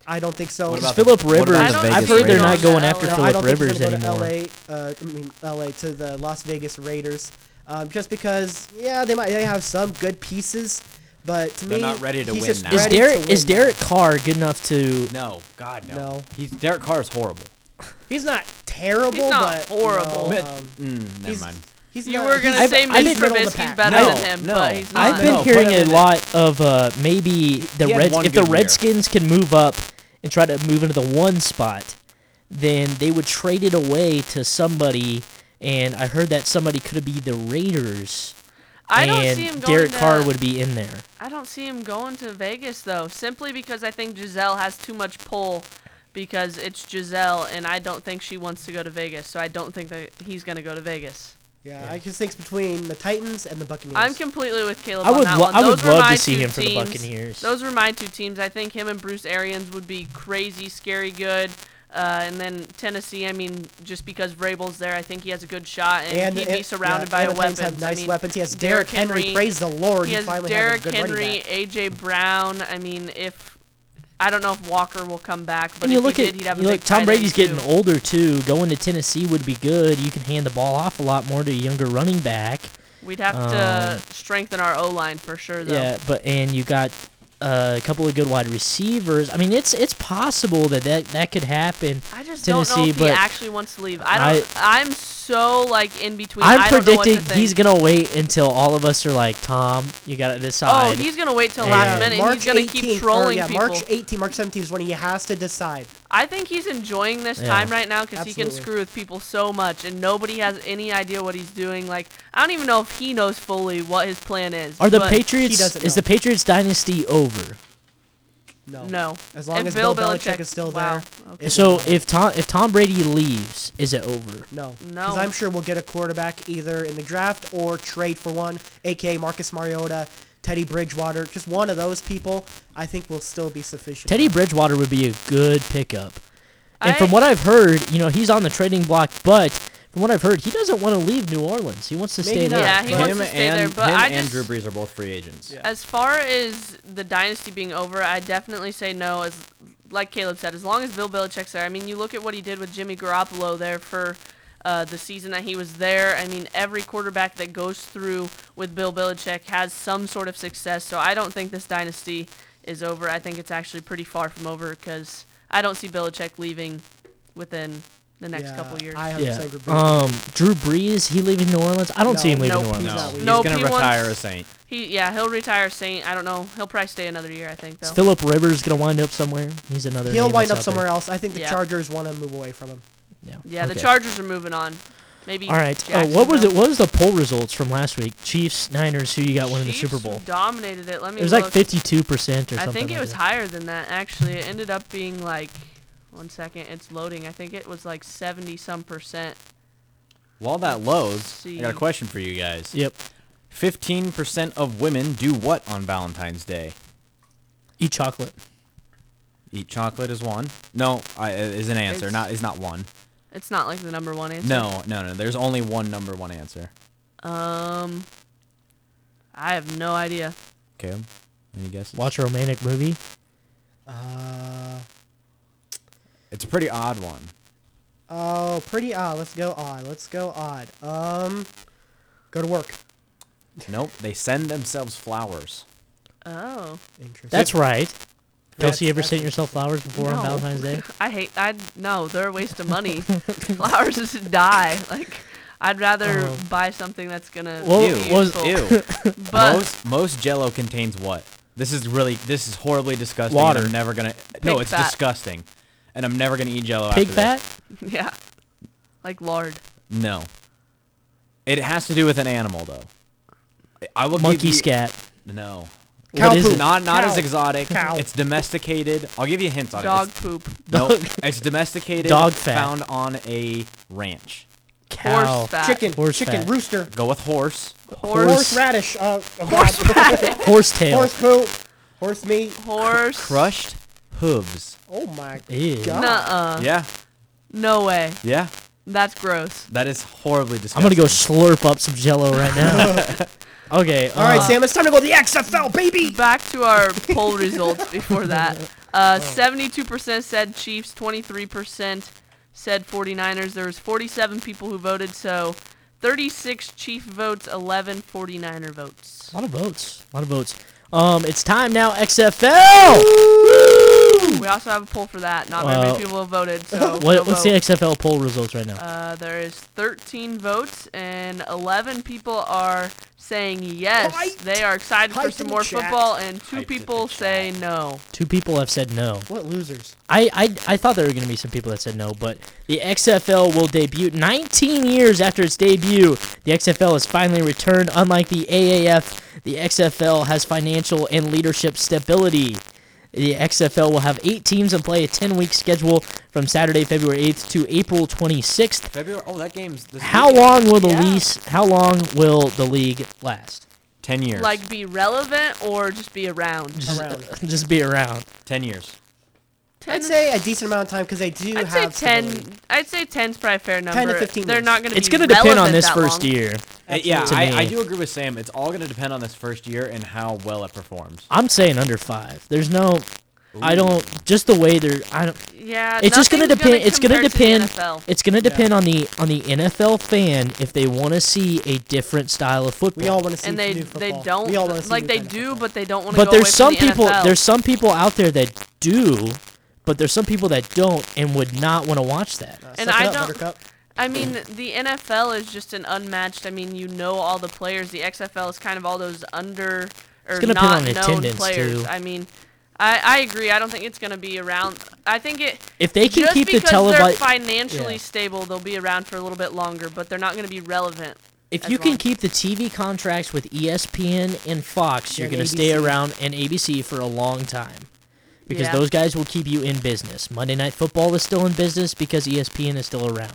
Speaker 6: I don't think so.
Speaker 3: What about the-
Speaker 2: Philip
Speaker 3: what about
Speaker 2: Rivers.
Speaker 5: the
Speaker 2: I've
Speaker 5: Vegas
Speaker 2: heard they're
Speaker 5: Raiders?
Speaker 2: not going after
Speaker 5: No,
Speaker 6: No, I
Speaker 2: Philip
Speaker 6: don't think he's
Speaker 2: Rivers
Speaker 6: gonna
Speaker 2: anymore.
Speaker 6: Go to LA, uh, I mean LA to the Las Vegas Raiders, um, just because yeah they might they have some good pieces, but to
Speaker 3: They're
Speaker 6: me
Speaker 3: not ready to
Speaker 6: he's
Speaker 3: win
Speaker 6: just
Speaker 3: now.
Speaker 2: Is
Speaker 6: ready to
Speaker 2: Derek is
Speaker 6: win.
Speaker 2: Derek Carr good enough to?
Speaker 3: No, God no.
Speaker 6: No.
Speaker 3: He's Derek Carr is horrible.
Speaker 6: He's not terrible.
Speaker 5: He's not
Speaker 6: but,
Speaker 5: horrible.
Speaker 6: You
Speaker 3: But-
Speaker 6: know, um,
Speaker 3: Mm, never
Speaker 6: he's,
Speaker 3: mind.
Speaker 6: he's
Speaker 5: You
Speaker 6: not-
Speaker 5: were gonna
Speaker 6: he's-
Speaker 5: say
Speaker 2: I've- I've
Speaker 5: Mitch
Speaker 2: been middle
Speaker 6: of the
Speaker 5: Trubisky's
Speaker 6: pack.
Speaker 5: better
Speaker 3: No,
Speaker 5: than him,
Speaker 3: no.
Speaker 5: but he's not.
Speaker 2: I've been
Speaker 3: No,
Speaker 2: hearing
Speaker 3: but-
Speaker 2: a lot of uh, maybe the
Speaker 3: He had
Speaker 2: Reds.
Speaker 3: one
Speaker 2: If the
Speaker 3: good year.
Speaker 2: Redskins can move up and try to move into the one spot, then they would trade it away to somebody. And I heard that somebody could be the Raiders,
Speaker 5: I don't
Speaker 2: and
Speaker 5: see him going
Speaker 2: Derek
Speaker 5: to,
Speaker 2: Carr would be in there.
Speaker 5: I don't see him going to Vegas though, simply because I think Giselle has too much pull because it's Giselle and I don't think she wants to go to Vegas, so I don't think that he's going to go to Vegas.
Speaker 6: Yeah, I just think it's between the Titans and the Buccaneers.
Speaker 5: I'm completely with Caleb
Speaker 2: I
Speaker 5: on
Speaker 2: would
Speaker 5: that
Speaker 2: lo-
Speaker 5: one.
Speaker 2: I would
Speaker 5: Those were
Speaker 2: love to
Speaker 5: my
Speaker 2: see
Speaker 5: two
Speaker 2: him for the
Speaker 5: teams.
Speaker 2: Buccaneers.
Speaker 5: Those were my two teams. I think him and Bruce Arians would be crazy, scary good. Uh, and then Tennessee, I mean, just because Vrabel's there, I think he has a good shot, and,
Speaker 6: and
Speaker 5: he'd
Speaker 6: and-
Speaker 5: be surrounded
Speaker 6: yeah,
Speaker 5: by
Speaker 6: and the
Speaker 5: weapons.
Speaker 6: Titans have nice
Speaker 5: I mean,
Speaker 6: weapons. He has Derrick Henry. Praise the Lord,
Speaker 5: He
Speaker 6: you
Speaker 5: has
Speaker 6: finally
Speaker 5: Derrick
Speaker 6: have a good running
Speaker 5: Henry,
Speaker 6: back.
Speaker 5: AJ Brown. I mean, if I don't know if Walker will come back, but
Speaker 2: And you
Speaker 5: if
Speaker 2: look
Speaker 5: he
Speaker 2: at
Speaker 5: did, he'd have a
Speaker 2: you look,
Speaker 5: big tight
Speaker 2: Tom
Speaker 5: end,
Speaker 2: Brady's getting
Speaker 5: too.
Speaker 2: older too. Going to Tennessee would be good. You can hand the ball off a lot more to a younger running back.
Speaker 5: We'd have
Speaker 2: Um,
Speaker 5: to strengthen our O line for sure, though.
Speaker 2: Yeah, but and you got uh, a couple of good wide receivers. I mean, it's it's possible that that, that could happen.
Speaker 5: I just don't know
Speaker 2: Tennessee,
Speaker 5: if he
Speaker 2: but
Speaker 5: actually wants to leave. I don't. I, am so like in between.
Speaker 2: I'm
Speaker 5: I don't know what to
Speaker 2: predicting
Speaker 5: think.
Speaker 2: he's gonna wait until all of us are like, Tom, you got to
Speaker 5: Oh,
Speaker 2: decide.
Speaker 5: he's gonna wait till
Speaker 2: Yeah.
Speaker 5: last minute.
Speaker 6: March
Speaker 5: he's gonna
Speaker 6: 18th,
Speaker 5: keep
Speaker 6: or,
Speaker 5: trolling
Speaker 6: yeah,
Speaker 5: people.
Speaker 6: March 18, March 17 is when he has to decide.
Speaker 5: I think he's enjoying this
Speaker 2: Yeah.
Speaker 5: time right now because he can
Speaker 6: Absolutely.
Speaker 5: screw with people so much, and nobody has any idea what he's doing. Like I don't even know if he knows fully what his plan is.
Speaker 2: are the
Speaker 5: but
Speaker 2: Patriots
Speaker 6: doesn't
Speaker 2: is
Speaker 6: know.
Speaker 2: the Patriots dynasty over?
Speaker 6: No.
Speaker 5: No.
Speaker 6: As long
Speaker 5: And
Speaker 6: as
Speaker 5: Bill
Speaker 6: Bill Belichick,
Speaker 5: Belichick-
Speaker 6: is still
Speaker 5: wow,
Speaker 6: there.
Speaker 5: okay.
Speaker 6: it's
Speaker 2: So
Speaker 6: over.
Speaker 2: if Tom if Tom Brady leaves, is it over?
Speaker 6: No.
Speaker 5: No.
Speaker 6: Because I'm sure we'll get a quarterback either in the draft or trade for one, aka Marcus Mariota, Teddy Bridgewater, just one of those people. I think will still be sufficient.
Speaker 2: Teddy Bridgewater would be a good pickup. And
Speaker 5: I-
Speaker 2: from what I've heard, you know, he's on the trading block, but from what I've heard, he doesn't want to leave New Orleans. He wants to
Speaker 6: Maybe
Speaker 2: stay
Speaker 6: not,
Speaker 2: there.
Speaker 5: Yeah, he
Speaker 2: but-
Speaker 5: wants
Speaker 3: him
Speaker 5: to stay
Speaker 3: and,
Speaker 5: there, but
Speaker 3: him
Speaker 5: I
Speaker 3: and
Speaker 5: just-
Speaker 3: Drew Brees are both free agents.
Speaker 6: Yeah.
Speaker 5: As far as the dynasty being over, I definitely say no. As like Caleb said, as long as Bill Belichick's there. I mean, you look at what he did with Jimmy Garoppolo there for uh, the season that he was there. I mean, every quarterback that goes through with Bill Belichick has some sort of success. So I don't think this dynasty is over. I think it's actually pretty far from over because I don't see Belichick leaving within the next
Speaker 6: Yeah,
Speaker 5: couple years.
Speaker 6: I 100%
Speaker 2: Yeah.
Speaker 6: agree.
Speaker 2: Um, Drew Brees, he leaving New Orleans? I don't see him
Speaker 6: No.
Speaker 2: leaving
Speaker 5: Nope.
Speaker 2: New
Speaker 3: No,
Speaker 2: Orleans.
Speaker 6: not
Speaker 3: he's
Speaker 5: Nope,
Speaker 3: gonna
Speaker 5: he
Speaker 3: retire
Speaker 5: wants-
Speaker 3: a Saint.
Speaker 5: he yeah, he'll retire Saint. I don't know. He'll probably stay another year. I think though.
Speaker 2: Is Philip Rivers gonna wind up somewhere? He's another.
Speaker 6: He'll
Speaker 2: name
Speaker 6: wind up
Speaker 2: that's out
Speaker 6: somewhere else. I think the
Speaker 5: Yeah.
Speaker 6: Chargers want to move away from him.
Speaker 2: there.
Speaker 5: yeah, the
Speaker 2: okay.
Speaker 5: Chargers are moving on. Maybe.
Speaker 2: All right. Uh, what were
Speaker 5: Jacksonville.
Speaker 2: the what was the poll results from last week? Chiefs, Niners. Who you got winning the Super
Speaker 5: Chiefs
Speaker 2: Bowl?
Speaker 5: Dominated it. Let me.
Speaker 2: It was
Speaker 5: look.
Speaker 2: like fifty-two percent or
Speaker 5: I
Speaker 2: something.
Speaker 5: think it
Speaker 2: like
Speaker 5: was
Speaker 2: that.
Speaker 5: higher than that. Actually, it ended up being like, one second, it's loading. I think it was like seventy some percent.
Speaker 3: While that lows, I got
Speaker 5: see.
Speaker 3: a question for you guys.
Speaker 2: Yep.
Speaker 3: Fifteen percent of women do what on Valentine's Day?
Speaker 2: Eat chocolate.
Speaker 3: Eat chocolate is one. No, I, uh, is an answer.
Speaker 5: It's-
Speaker 3: not is not one.
Speaker 5: It's not like the number one answer.
Speaker 3: No, no, no. There's only one number one answer.
Speaker 5: Um, I have no idea.
Speaker 3: Okay. Any guesses?
Speaker 2: Watch a romantic movie.
Speaker 5: Uh-huh.
Speaker 6: Uh,
Speaker 3: It's a pretty odd one.
Speaker 6: oh, pretty odd. Let's go odd. Let's go odd. Um, go to work.
Speaker 3: Nope. They send themselves flowers.
Speaker 5: Oh,
Speaker 6: Interesting.
Speaker 2: That's right. Kelsey, you ever
Speaker 6: that's
Speaker 2: sent yourself flowers before
Speaker 5: No.
Speaker 2: on Valentine's Day?
Speaker 5: I hate. I no, they're a waste of money. Flowers just die. Like, I'd rather
Speaker 2: Um,
Speaker 5: buy something that's gonna.
Speaker 2: Well,
Speaker 5: be
Speaker 2: was-
Speaker 5: useful.
Speaker 3: Ew.
Speaker 5: But
Speaker 3: most most Jello contains what? This is really this is horribly disgusting. and
Speaker 2: Water.
Speaker 3: I'm never gonna. no,
Speaker 5: Pig
Speaker 3: it's
Speaker 5: fat.
Speaker 3: disgusting, and I'm never gonna eat Jello.
Speaker 2: Pig
Speaker 3: after
Speaker 2: fat.
Speaker 5: yeah, like lard.
Speaker 3: This. No. It has to do with an animal though. I will give
Speaker 2: Monkey
Speaker 3: you-
Speaker 2: scat.
Speaker 3: No.
Speaker 6: Cow
Speaker 2: what is
Speaker 6: poop.
Speaker 2: it?
Speaker 3: Not not
Speaker 6: Cow.
Speaker 3: as exotic.
Speaker 6: Cow.
Speaker 3: It's domesticated. I'll give you a hint on
Speaker 5: Dog
Speaker 3: it.
Speaker 5: poop.
Speaker 3: Dog.
Speaker 2: Dog-
Speaker 3: No, it's domesticated.
Speaker 2: Dog fat.
Speaker 3: Found on a ranch.
Speaker 2: Cow.
Speaker 5: Horse fat.
Speaker 6: chicken.
Speaker 2: Horse
Speaker 6: chicken.
Speaker 2: fat.
Speaker 6: Rooster.
Speaker 3: Go with horse.
Speaker 5: Horse.
Speaker 6: Horseradish. Uh, oh horse,
Speaker 2: Horse tail.
Speaker 6: horse poop. Horse meat.
Speaker 5: Horse.
Speaker 3: Crushed hooves.
Speaker 6: Oh my
Speaker 2: Ew.
Speaker 6: god.
Speaker 2: Uh.
Speaker 5: Nuh-uh.
Speaker 3: Yeah.
Speaker 5: Uh-uh. No way.
Speaker 3: Yeah.
Speaker 5: That's gross.
Speaker 3: That is horribly
Speaker 2: I'm
Speaker 3: disgusting.
Speaker 2: gonna go slurp up some Jello right now. okay.
Speaker 6: All right,
Speaker 2: uh,
Speaker 6: Sam, it's time to go to the XFL, baby.
Speaker 5: Back to our poll results before that. Uh, 72% said Chiefs, 23% said 49ers. There was 47 people who voted, so 36 Chief votes, 11 49er votes.
Speaker 2: A lot of votes. A lot of votes. Um, it's time now, XFL.
Speaker 5: We also have a poll for that. Not very
Speaker 2: Wow.
Speaker 5: many people have voted, so no
Speaker 2: What, what's the
Speaker 5: vote.
Speaker 2: XFL poll results right now?
Speaker 5: Uh, there is 13 votes, and 11 people are saying yes.
Speaker 6: Right.
Speaker 5: They are excited
Speaker 6: Type
Speaker 5: for
Speaker 6: in
Speaker 5: some
Speaker 6: the
Speaker 5: more
Speaker 6: chat.
Speaker 5: football, and two people say no.
Speaker 2: Two people have said no.
Speaker 6: What losers?
Speaker 2: I, I I thought there were going to be some people that said no, but the XFL will debut 19 years after its debut. The XFL has finally returned. Unlike the AAF, the XFL has financial and leadership stability. The XFL will have eight teams and play a 10 week schedule from Saturday, February 8th to April 26th.
Speaker 3: February. Oh, that game's this
Speaker 2: How
Speaker 3: weekend.
Speaker 2: long will the
Speaker 5: Yeah.
Speaker 2: lease? How long will the league last?
Speaker 3: Ten years.
Speaker 5: Like be relevant or just be around.
Speaker 2: Just,
Speaker 6: Around.
Speaker 2: just be around.
Speaker 3: ten years.
Speaker 5: Ten,
Speaker 6: I'd say a decent amount of time because they do
Speaker 5: I'd say
Speaker 6: have
Speaker 5: ten.
Speaker 6: stability.
Speaker 5: I'd say ten's probably a fair number.
Speaker 6: 15
Speaker 5: They're
Speaker 6: years.
Speaker 5: not going to.
Speaker 2: It's
Speaker 5: going to
Speaker 2: depend on this first year.
Speaker 3: Uh, yeah,
Speaker 2: To
Speaker 3: I,
Speaker 2: me.
Speaker 3: I do agree with Sam. It's all going to depend on this first year and how well it performs.
Speaker 2: I'm saying under five. There's no. I don't. Just the way they're. I don't.
Speaker 5: Yeah,
Speaker 2: it's just gonna
Speaker 5: nothing's
Speaker 2: depend. it's gonna
Speaker 5: compare to the
Speaker 2: depend.
Speaker 5: NFL.
Speaker 2: it's gonna depend on the on the NFL fan if they want to see a different style of football.
Speaker 6: We all want to see
Speaker 5: and they
Speaker 6: new
Speaker 5: they
Speaker 6: football.
Speaker 5: don't
Speaker 6: We all wanna see
Speaker 5: like
Speaker 6: new
Speaker 5: they
Speaker 6: kind of
Speaker 5: do,
Speaker 6: football.
Speaker 5: but they don't want to.
Speaker 2: but there's some people.
Speaker 5: NFL.
Speaker 2: There's some people out there that do, but there's some people that don't and would not want to watch that.
Speaker 6: Uh, suck it
Speaker 5: and I
Speaker 6: up,
Speaker 5: don't-
Speaker 6: Buttercup.
Speaker 5: I mean, the NFL is just an unmatched. I mean, you know all the players. The XFL is kind of all those under or
Speaker 2: gonna depend
Speaker 5: not
Speaker 2: on
Speaker 5: known
Speaker 2: attendance,
Speaker 5: players.
Speaker 2: too.
Speaker 5: I mean, I, I agree. I don't think it's going to be around. I think it.
Speaker 2: If they can
Speaker 5: just
Speaker 2: keep the
Speaker 5: because they're
Speaker 2: televi-
Speaker 5: financially
Speaker 2: Yeah.
Speaker 5: stable, they'll be around for a little bit longer, but they're not going to be relevant.
Speaker 2: If
Speaker 5: as
Speaker 2: you can
Speaker 5: long.
Speaker 2: keep the TV contracts with E ESPN and Fox, you're
Speaker 6: And
Speaker 2: going to stay
Speaker 6: ABC.
Speaker 2: around and ABC for a long time. Because
Speaker 5: Yeah.
Speaker 2: those guys will keep you in business. Monday Night Football is still in business because E ESPN is still around.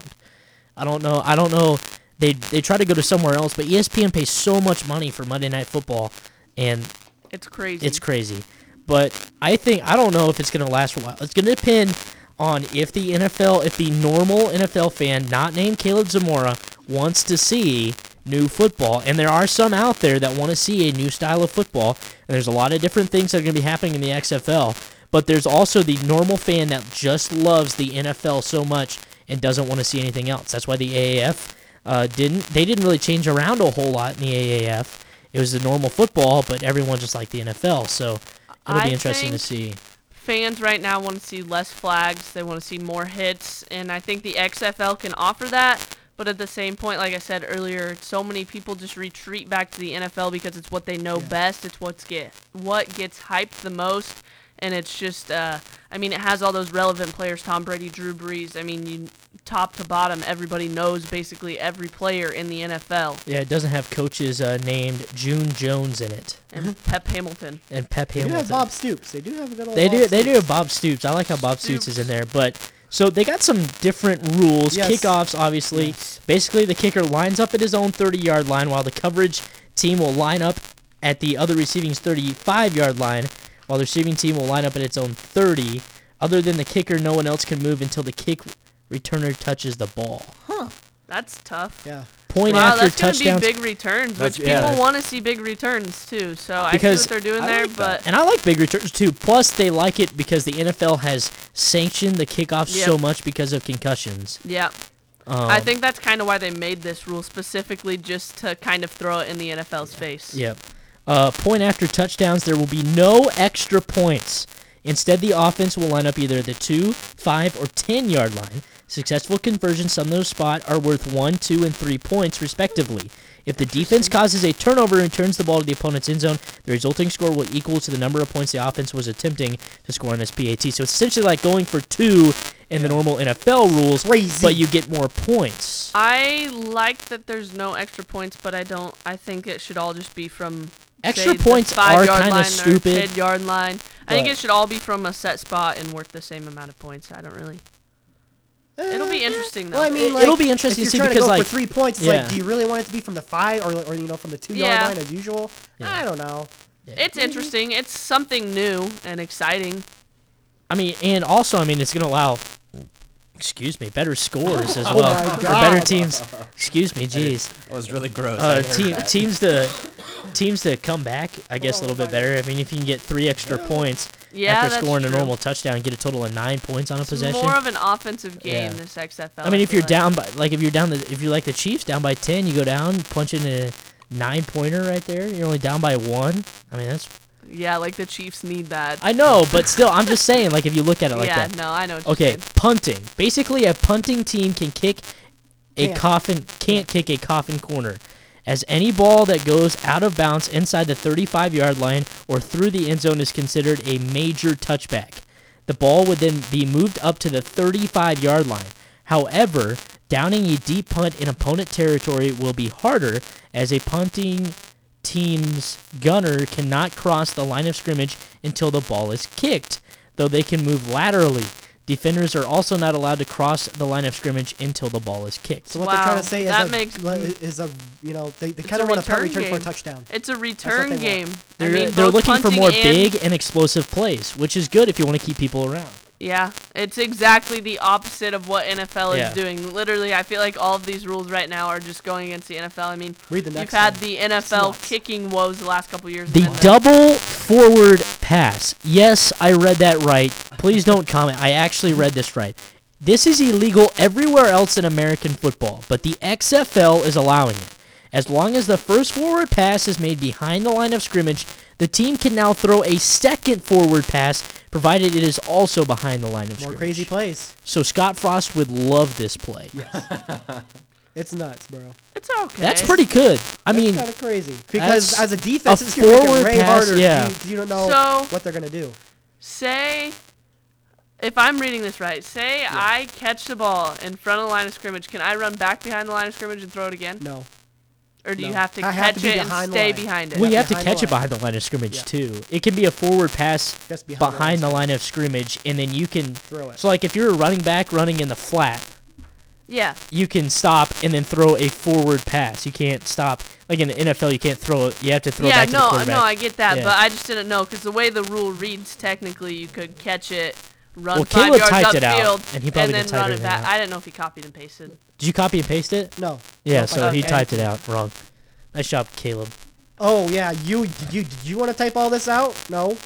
Speaker 2: I don't know. I don't know. They they try to go to somewhere else, but E ESPN pays so much money for Monday Night Football, and
Speaker 5: It's crazy.
Speaker 2: it's crazy. But I think I don't know if it's going to last for a while. It's going to depend on if the NFL, if the normal NFL fan, not named Caleb Zamora, wants to see new football. And there are some out there that want to see a new style of football. And there's a lot of different things that are going to be happening in the XFL. But there's also the normal fan that just loves the NFL so much and doesn't want to see anything else. That's why the AAF uh, didn't. They didn't really change around a whole lot in the AAF. It was the normal football, but everyone just liked the NFL. So it'll
Speaker 5: I
Speaker 2: be interesting to
Speaker 5: think-
Speaker 2: see.
Speaker 5: fans right now want to see less flags. They want to see more hits, and I think the XFL can offer that. But at the same point, like I said earlier, so many people just retreat back to the NFL because it's what they know best. It's what's get what gets hyped the most, and it's just. Uh, I mean, it has all those relevant players: Tom Brady, Drew Brees. I mean, you, top to bottom, everybody knows basically every player in the NFL.
Speaker 2: Yeah, it doesn't have coaches uh, named June Jones in it
Speaker 5: And Pep Hamilton.
Speaker 2: and Pep
Speaker 6: They do
Speaker 2: Hamilton.
Speaker 6: have Bob Stoops. They do have a good old
Speaker 2: They
Speaker 6: Bob
Speaker 2: do. They
Speaker 6: Stoops.
Speaker 2: do have Bob Stoops. I like how Bob Stoops is in there, but. So they got some different rules.
Speaker 6: Yes.
Speaker 2: Kickoffs, obviously. Basically, the kicker lines up at his own 30-yard line, while the coverage team will line up at the other receiving's 35-yard line, while the receiving team will line up at its own 30. Other than the kicker, no one else can move until the kick returner touches the ball.
Speaker 5: That's tough.
Speaker 6: Yeah.
Speaker 2: Point
Speaker 5: wow,
Speaker 2: after
Speaker 5: that's gonna
Speaker 2: touchdowns.
Speaker 5: be big returns,
Speaker 3: That's-
Speaker 5: which
Speaker 3: yeah.
Speaker 5: people want to see big returns too. So
Speaker 2: Because
Speaker 5: I see what they're doing
Speaker 3: I
Speaker 5: there,
Speaker 3: like that.
Speaker 5: but
Speaker 2: And I like big returns too. Plus, they like it because the NFL has sanctioned the kickoffs
Speaker 5: Yeah.
Speaker 2: so much because of concussions.
Speaker 5: yeah,
Speaker 2: Um,
Speaker 5: I think that's kind of why they made this rule specifically, just to kind of throw it in the NFL's face.
Speaker 2: Yep. Uh, point after touchdowns, there will be no extra points. Instead, the offense will line up either the 2, 5, or 10 yard line. Successful conversions from those spot are worth 1, 2, and 3 points, respectively. If the defense causes a turnover and turns the ball to the opponent's end zone, the resulting score will equal to the number of points the offense was attempting to score on this PAT. So it's essentially like going for 2 in the normal NFL rules,
Speaker 6: Crazy.
Speaker 2: but you get more points.
Speaker 5: I like that there's no extra points, but I don't. I think it should all just be from
Speaker 2: Extra
Speaker 5: say, the
Speaker 2: points
Speaker 5: five
Speaker 2: are
Speaker 5: yard
Speaker 2: kinda
Speaker 5: line or
Speaker 2: stupid,
Speaker 5: Ten yard line. I think
Speaker 2: but-
Speaker 5: it should all be from a set spot and worth the same amount of points. I don't really. It'll be interesting though.
Speaker 6: Eh, Well, I mean, like,
Speaker 2: It'll be interesting
Speaker 6: if
Speaker 2: to see
Speaker 6: you're trying
Speaker 2: because,
Speaker 6: to go
Speaker 2: like-
Speaker 6: for three points, it's
Speaker 2: yeah.
Speaker 6: like, do you really want it to be from the five or, or you know, from the two yard
Speaker 5: Yeah.
Speaker 6: line as usual? I don't know.
Speaker 5: it's interesting. It's something new and exciting.
Speaker 2: I mean, and also, I mean, it's going to allow, excuse me, better scores as
Speaker 5: Oh
Speaker 2: well
Speaker 6: my
Speaker 2: for
Speaker 6: God.
Speaker 2: better teams. Excuse me, jeez,
Speaker 3: That was really gross. I
Speaker 2: uh,
Speaker 3: heard
Speaker 2: team,
Speaker 3: that.
Speaker 2: teams to teams to come back, I guess, a little bit better. I mean, if you can get three extra points
Speaker 5: Yeah,
Speaker 2: after
Speaker 5: that's
Speaker 2: scoring a
Speaker 5: true.
Speaker 2: normal touchdown, get a total of nine points on a possession.
Speaker 5: More of an offensive game
Speaker 2: Yeah.
Speaker 5: this XFL.
Speaker 2: I mean, if
Speaker 5: feel
Speaker 2: you're
Speaker 5: like.
Speaker 2: down by, like, if you're down, the, if you're like the Chiefs, down by ten, you go down, punch in a nine pointer right there. You're only down by one. I mean, that's
Speaker 5: yeah, like the Chiefs need that.
Speaker 2: I know, but still, I'm just saying, like, if you look at it like
Speaker 5: yeah,
Speaker 2: that,
Speaker 5: no, I know. What You're
Speaker 2: Okay,
Speaker 5: saying.
Speaker 2: punting. Basically, a punting team can kick a
Speaker 6: Can't.
Speaker 2: coffin can't kick a coffin corner, as any ball that goes out of bounds inside the 35-yard line or through the end zone is considered a major touchback. The ball would then be moved up to the 35-yard line. However, downing a deep punt in opponent territory will be harder as a punting team's gunner cannot cross the line of scrimmage until the ball is kicked, though they can move laterally. Defenders are also not allowed to cross the line of scrimmage until the ball is kicked.
Speaker 6: So what
Speaker 5: Wow,
Speaker 6: they're trying to say is
Speaker 5: that
Speaker 6: a,
Speaker 5: makes-
Speaker 6: le- is a you know they, they
Speaker 5: It's
Speaker 6: kind
Speaker 5: a
Speaker 6: of want a punt
Speaker 5: return
Speaker 6: return for a
Speaker 5: game.
Speaker 6: touchdown.
Speaker 5: It's a
Speaker 6: they
Speaker 5: return
Speaker 6: want.
Speaker 5: game.
Speaker 2: They're,
Speaker 5: I mean,
Speaker 2: they're
Speaker 5: both
Speaker 2: looking for
Speaker 5: punting
Speaker 2: more
Speaker 5: and-
Speaker 2: big and explosive plays, which is good if you want to keep people around.
Speaker 5: Yeah, it's exactly the opposite of what NFL
Speaker 2: Yeah.
Speaker 5: is doing. Literally, I feel like all of these rules right now are just going against the NFL. I mean,
Speaker 6: Read the
Speaker 5: you've
Speaker 6: next
Speaker 5: had
Speaker 6: one.
Speaker 5: the NFL
Speaker 6: nuts.
Speaker 5: kicking woes the last couple years. and
Speaker 2: The
Speaker 5: then
Speaker 2: double forward pass. Yes, I read that right. Please don't comment. I actually read this right. This is illegal everywhere else in American football, but the XFL is allowing it. As long as the first forward pass is made behind the line of scrimmage, the team can now throw a second forward pass, provided it is also behind the line of
Speaker 6: More
Speaker 2: scrimmage.
Speaker 6: crazy plays.
Speaker 2: So Scott Frost would love this play.
Speaker 6: It's nuts, bro.
Speaker 5: it's okay.
Speaker 2: That's pretty good. I mean,
Speaker 6: kind of crazy because
Speaker 2: that's
Speaker 6: as a defense,
Speaker 2: a
Speaker 6: it's gonna make
Speaker 2: forward
Speaker 6: it way
Speaker 2: pass,
Speaker 6: harder.
Speaker 2: yeah.
Speaker 6: Yeah. You, 'cause you don't know
Speaker 5: So-
Speaker 6: what they're gonna do.
Speaker 5: Say, if I'm reading this right, say I catch the ball in front of the line of scrimmage. Can I run back behind the line of scrimmage and throw it again,
Speaker 6: No,
Speaker 5: or do you
Speaker 6: no.
Speaker 5: have to
Speaker 6: I
Speaker 5: catch
Speaker 6: have to be
Speaker 5: it and
Speaker 6: behind the
Speaker 5: stay
Speaker 6: line.
Speaker 5: behind it?
Speaker 2: Well, you have to
Speaker 6: behind the
Speaker 2: catch it
Speaker 6: line.
Speaker 2: behind the line of scrimmage
Speaker 6: Yeah.
Speaker 2: too. It can be a forward pass
Speaker 6: Just behind the
Speaker 2: behind,
Speaker 6: line of
Speaker 2: the line of scrimmage, and then you can
Speaker 6: Throw it.
Speaker 2: So, like, if you're a running back running in the flat,
Speaker 5: yeah,
Speaker 2: you can stop and then throw a forward pass. You can't stop like in the NFL. You can't throw. it. You have to throw
Speaker 5: yeah.
Speaker 2: back to the
Speaker 5: No,
Speaker 2: quarterback.
Speaker 5: no, I get that,
Speaker 2: Yeah.
Speaker 5: but I just didn't know because the way the rule reads, technically, you could catch it. Run
Speaker 2: Well,
Speaker 5: five
Speaker 2: Caleb
Speaker 5: yards
Speaker 2: typed it out,
Speaker 5: upfield
Speaker 2: and he probably
Speaker 5: then
Speaker 2: did type
Speaker 5: run it
Speaker 2: everything
Speaker 5: back.
Speaker 2: out.
Speaker 5: I didn't know if he copied and pasted.
Speaker 2: Did you copy and paste it?
Speaker 6: no.
Speaker 2: Yeah.
Speaker 6: Nope, I
Speaker 2: so he
Speaker 6: didn't.
Speaker 2: typed it out wrong. Nice job, Caleb.
Speaker 6: Oh yeah, you did you did you want to type all this out? No.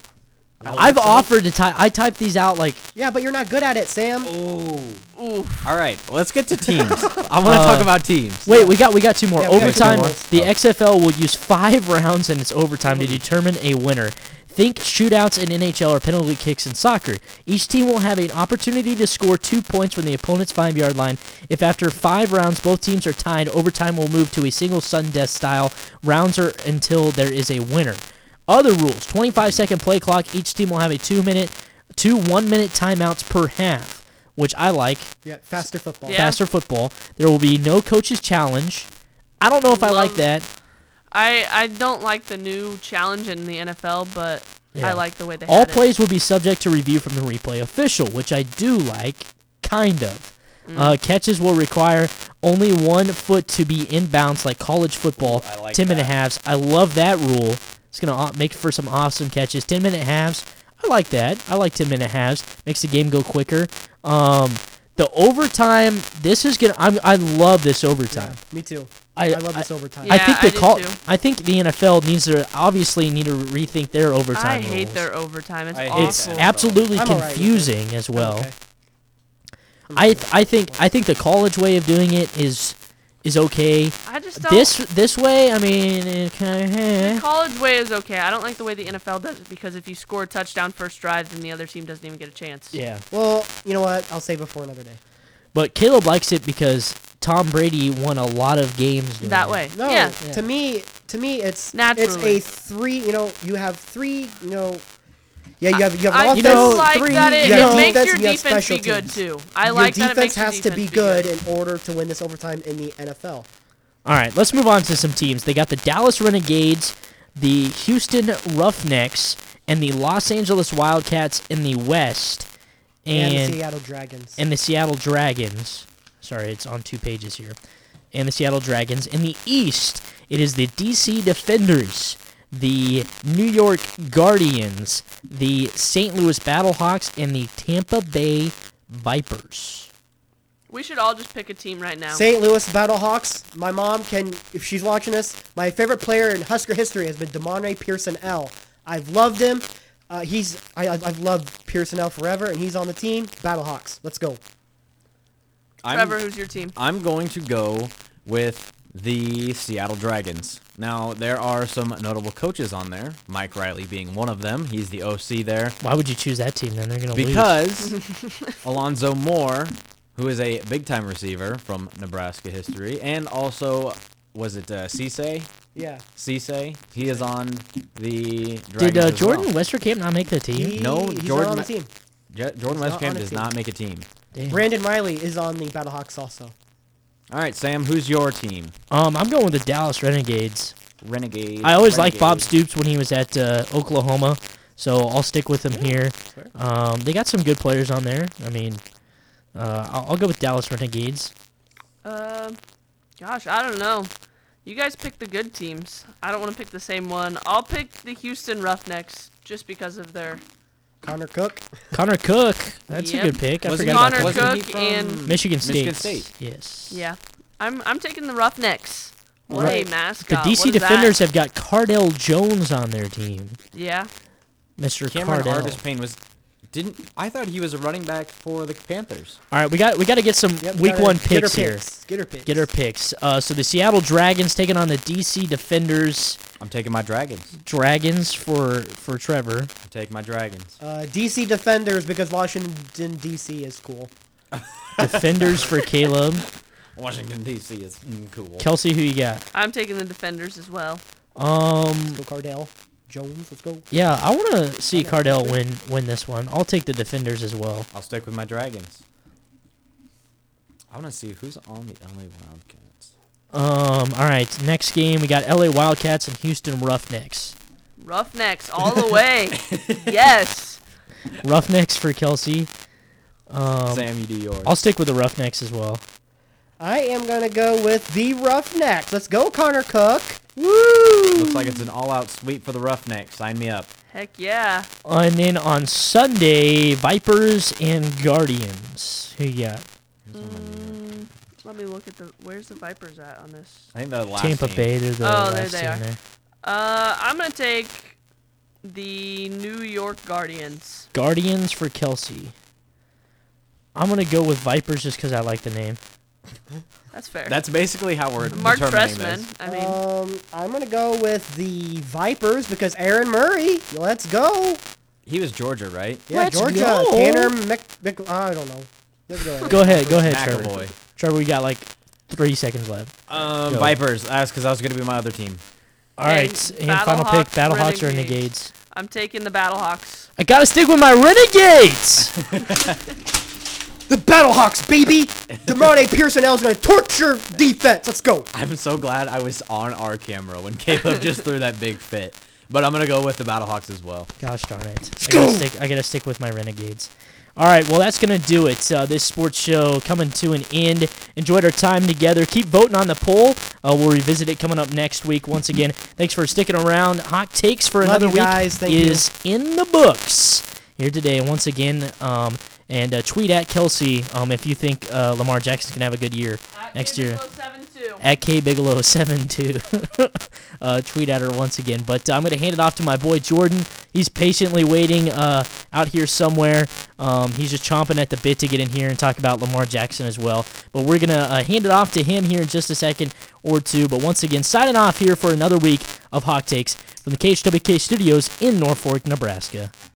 Speaker 2: I've offered to type. I typed these out like
Speaker 6: Yeah, but you're not good at it, Sam.
Speaker 3: Oh.
Speaker 5: Oof.
Speaker 3: All right, let's get to teams. I want to talk about teams.
Speaker 2: Uh, Wait, we got we got two more.
Speaker 6: Yeah, we got two
Speaker 2: overtime.
Speaker 6: more.
Speaker 2: The XFL will use five rounds in its overtime to determine a winner. Think shootouts in NHL or penalty kicks in soccer. Each team will have an opportunity to score two points from the opponent's five yard line. If after five rounds both teams are tied, overtime will move to a single sudden death style. Rounds are until there is a winner. Other rules 25 second play clock. Each team will have a two minute, two one minute timeouts per half, which I like
Speaker 6: Yeah, faster football.
Speaker 5: Yeah.
Speaker 2: faster football. There will be no coaches challenge. I don't know if I like
Speaker 5: Love-
Speaker 2: that.
Speaker 5: I I don't like the new challenge in the NFL, but
Speaker 2: Yeah.
Speaker 5: I like the way they
Speaker 2: All
Speaker 5: had it.
Speaker 2: plays will be subject to review from the replay official, which I do like, kind of.
Speaker 5: Mm.
Speaker 2: Uh, catches will require only one foot to be inbounds, like college football.
Speaker 3: Ooh, I like
Speaker 2: 10 minute
Speaker 3: that.
Speaker 2: halves. I love that rule. It's going to make for some awesome catches. 10 minute halves. I like that. I like 10 minute halves. Makes the game go quicker. Um, the overtime, this is going to, I love this overtime.
Speaker 6: Me too.
Speaker 2: I-
Speaker 6: I, love this overtime.
Speaker 2: I
Speaker 5: Yeah,
Speaker 2: think
Speaker 5: I
Speaker 2: the
Speaker 5: do
Speaker 2: call.
Speaker 5: too.
Speaker 2: I think the NFL needs to obviously need to rethink their overtime
Speaker 5: I hate
Speaker 2: rules.
Speaker 5: their overtime. It's
Speaker 3: I hate
Speaker 2: It's
Speaker 5: awful.
Speaker 3: that.
Speaker 2: absolutely
Speaker 6: I'm alright with it.
Speaker 2: confusing as well.
Speaker 6: Okay.
Speaker 2: I I think I think the college way of doing it is is okay.
Speaker 5: I just don't.
Speaker 2: This this way, I mean, it eh. kind of.
Speaker 5: the college way is okay. I don't like the way the NFL does it because if you score a touchdown first drive, then the other team doesn't even get a chance.
Speaker 2: Yeah,
Speaker 6: Well, you know what? I'll save it for another day.
Speaker 2: but Caleb likes it because Tom Brady won a lot of games doing
Speaker 5: That
Speaker 2: it.
Speaker 5: way.
Speaker 6: No,
Speaker 5: Yeah.
Speaker 6: to me, to me, it's it's
Speaker 5: Naturally.
Speaker 6: a three. You know, you have three. You know, yeah, you have you have
Speaker 5: I
Speaker 6: offense.
Speaker 5: just
Speaker 2: know,
Speaker 5: like
Speaker 6: three,
Speaker 5: that it,
Speaker 6: you
Speaker 5: it
Speaker 6: have
Speaker 5: makes
Speaker 6: defense,
Speaker 5: your
Speaker 6: you have
Speaker 5: defense
Speaker 6: special
Speaker 5: be good
Speaker 6: teams.
Speaker 5: too. I
Speaker 6: Your
Speaker 5: like that it
Speaker 6: defense
Speaker 5: makes your
Speaker 6: has to be
Speaker 5: defense be
Speaker 6: good in order to win this overtime in the NFL.
Speaker 2: All right, let's move on to some teams. They got the Dallas Renegades, the Houston Roughnecks, and the Los Angeles Wildcats in the West,
Speaker 6: And,
Speaker 2: and
Speaker 6: the Seattle Dragons.
Speaker 2: and the Seattle Dragons. Sorry, it's on two pages here. And the Seattle Dragons. In the East, it is the DC Defenders, the New York Guardians, the St. Louis Battlehawks, and the Tampa Bay Vipers.
Speaker 5: We should all just pick a team right now.
Speaker 6: St. Louis Battlehawks. My mom can, if she's watching this, my favorite player in Husker history has been Demonte Pearson L. I've loved him. Uh, he's I, I- I've loved Pearson L forever, and he's on the team. Battlehawks. Let's go.
Speaker 5: Trevor,
Speaker 3: I'm,
Speaker 5: who's your team?
Speaker 3: I'm going to go with the Seattle Dragons. Now, there are some notable coaches on there, Mike Riley being one of them. He's the OC there.
Speaker 2: Why would you choose that team then? They're going to lose.
Speaker 3: Because Alonzo Moore, who is a big-time receiver from Nebraska history, and also, was it uh, Cisse?
Speaker 6: Yeah.
Speaker 3: Cisse? He is on the Dragons
Speaker 2: Did uh,
Speaker 3: as
Speaker 2: Jordan
Speaker 3: well.
Speaker 2: Westerkamp not make the team?
Speaker 6: He-
Speaker 3: No,
Speaker 6: he's
Speaker 3: Jordan
Speaker 6: not on the
Speaker 3: Ma-
Speaker 6: team.
Speaker 3: Jo- Jordan
Speaker 6: not on
Speaker 3: Westcamp
Speaker 6: a
Speaker 3: does
Speaker 6: team.
Speaker 3: not make a team.
Speaker 2: Damn.
Speaker 6: Brandon Riley is on the Battlehawks also.
Speaker 3: All right, Sam, who's your team?
Speaker 2: Um, I'm going with the Dallas Renegades.
Speaker 7: Renegade.
Speaker 2: I always liked
Speaker 7: Renegade.
Speaker 2: Bob Stoops when he was at uh, Oklahoma, so I'll stick with him here. Um, they got some good players on there. I mean, uh, I'll, I'll go with Dallas Renegades.
Speaker 5: Uh, gosh, I don't know. You guys pick the good teams. I don't want to pick the same one. I'll pick the Houston Roughnecks just because of their
Speaker 6: Connor Cook.
Speaker 2: Connor Cook. That's
Speaker 5: Yep.
Speaker 2: a good pick. I
Speaker 3: Wasn't
Speaker 2: forgot
Speaker 5: Connor
Speaker 2: about that.
Speaker 3: wasn't he
Speaker 5: Cook
Speaker 3: from-
Speaker 5: and
Speaker 2: Michigan State.
Speaker 3: Michigan State.
Speaker 2: Yes.
Speaker 5: yeah. I'm I'm taking the Roughnecks. What
Speaker 6: Right.
Speaker 5: a
Speaker 2: The DC
Speaker 5: mascot. What is that?
Speaker 2: Defenders have got Cardell Jones on their team.
Speaker 5: Yeah.
Speaker 2: Mr.
Speaker 3: Cameron
Speaker 2: Cardell.
Speaker 3: Artist Payne was didn't I thought he was a running back for the Panthers.
Speaker 2: All right, we got we got to get some
Speaker 6: Yep,
Speaker 2: week
Speaker 6: gotta
Speaker 2: one
Speaker 6: get her
Speaker 2: picks here.
Speaker 6: picks. Get her picks.
Speaker 2: Get our picks. Uh, so the Seattle Dragons taking on the DC Defenders.
Speaker 3: I'm taking my Dragons.
Speaker 2: Dragons for for Trevor.
Speaker 3: I'm taking my Dragons.
Speaker 6: Uh, DC Defenders because Washington DC is cool.
Speaker 2: Defenders for Caleb.
Speaker 3: Washington D.C. is mm, cool.
Speaker 2: Kelsey, who you got?
Speaker 5: I'm taking the Defenders as well.
Speaker 2: Um,
Speaker 6: Go Cardell Jones. Let's go.
Speaker 2: yeah, I want to see Cardell win win this one. I'll take the Defenders as well.
Speaker 3: I'll stick with my Dragons. I want to see who's on the LA Wildcats.
Speaker 2: Um, all right, next game we got LA Wildcats and Houston Roughnecks.
Speaker 5: Roughnecks all the way. yes.
Speaker 2: Roughnecks for Kelsey. Um,
Speaker 3: Sam, you do yours.
Speaker 2: I'll stick with the Roughnecks as well.
Speaker 6: I am gonna go with the Roughnecks. Let's go, Connor Cook.
Speaker 3: Looks like it's an all-out sweep for the Roughnecks. Sign me up.
Speaker 5: Heck yeah.
Speaker 2: And then on Sunday, Vipers and Guardians. Who you got?
Speaker 5: Mm, Let me look at the where's the Vipers at on this?
Speaker 3: I think the last
Speaker 2: Tampa
Speaker 3: team.
Speaker 2: Bay. They're the
Speaker 5: Oh, there
Speaker 2: last
Speaker 5: they
Speaker 2: team
Speaker 5: are.
Speaker 2: there.
Speaker 5: Uh I'm gonna take the New York Guardians.
Speaker 2: Guardians for Kelsey. I'm gonna go with Vipers just because I like the name.
Speaker 5: That's fair.
Speaker 3: That's basically how we're
Speaker 5: Mark
Speaker 3: determining
Speaker 5: Trestman.
Speaker 3: this.
Speaker 5: I mean
Speaker 6: um, I'm gonna go with the Vipers because Aaron Murray. Let's go.
Speaker 3: He was Georgia, right?
Speaker 6: Yeah,
Speaker 2: Let's
Speaker 6: Georgia.
Speaker 2: go.
Speaker 6: Tanner Mc, Mc- I don't know. Let's go.
Speaker 2: Go ahead, go ahead, Trevor.
Speaker 3: McAvoy.
Speaker 2: Trevor, we got like three seconds left.
Speaker 3: Um,
Speaker 2: Go.
Speaker 3: Vipers. That's because that was going to be my other team.
Speaker 2: All right,
Speaker 5: And
Speaker 2: and, final
Speaker 5: Battlehawk
Speaker 2: pick: Battlehawks or
Speaker 5: Renegades.
Speaker 2: Renegades.
Speaker 5: I'm taking the Battlehawks.
Speaker 2: I gotta stick with my Renegades.
Speaker 6: The Battlehawks, baby. Demone Pearson now is gonna torture defense. Let's go.
Speaker 3: I'm so glad I was on our camera when Caleb just threw that big fit. But I'm going to go with the Battlehawks as well.
Speaker 2: Gosh darn it! I gotta, stick, I gotta stick with my Renegades. All right, well that's gonna do it. Uh, this sports show coming to an end. Enjoyed our time together. Keep voting on the poll. Uh, we'll revisit it coming up next week. Once again, thanks for sticking around. Hot takes for
Speaker 6: Love
Speaker 2: another
Speaker 6: you
Speaker 2: week
Speaker 6: guys. Thank you.
Speaker 2: is in the books here today. Once again, um, and uh, tweet at Kelsey um, if you think uh, Lamar Jackson can have a good year next year at kbigelow72. uh, tweet at her once again. But uh, I'm going to hand it off to my boy Jordan. He's patiently waiting uh, out here somewhere. Um, he's just chomping at the bit to get in here and talk about Lamar Jackson as well. But we're going to uh, hand it off to him here in just a second or two. But once again, signing off here for another week of Hawk Takes from the KHWK studios in Norfolk, Nebraska.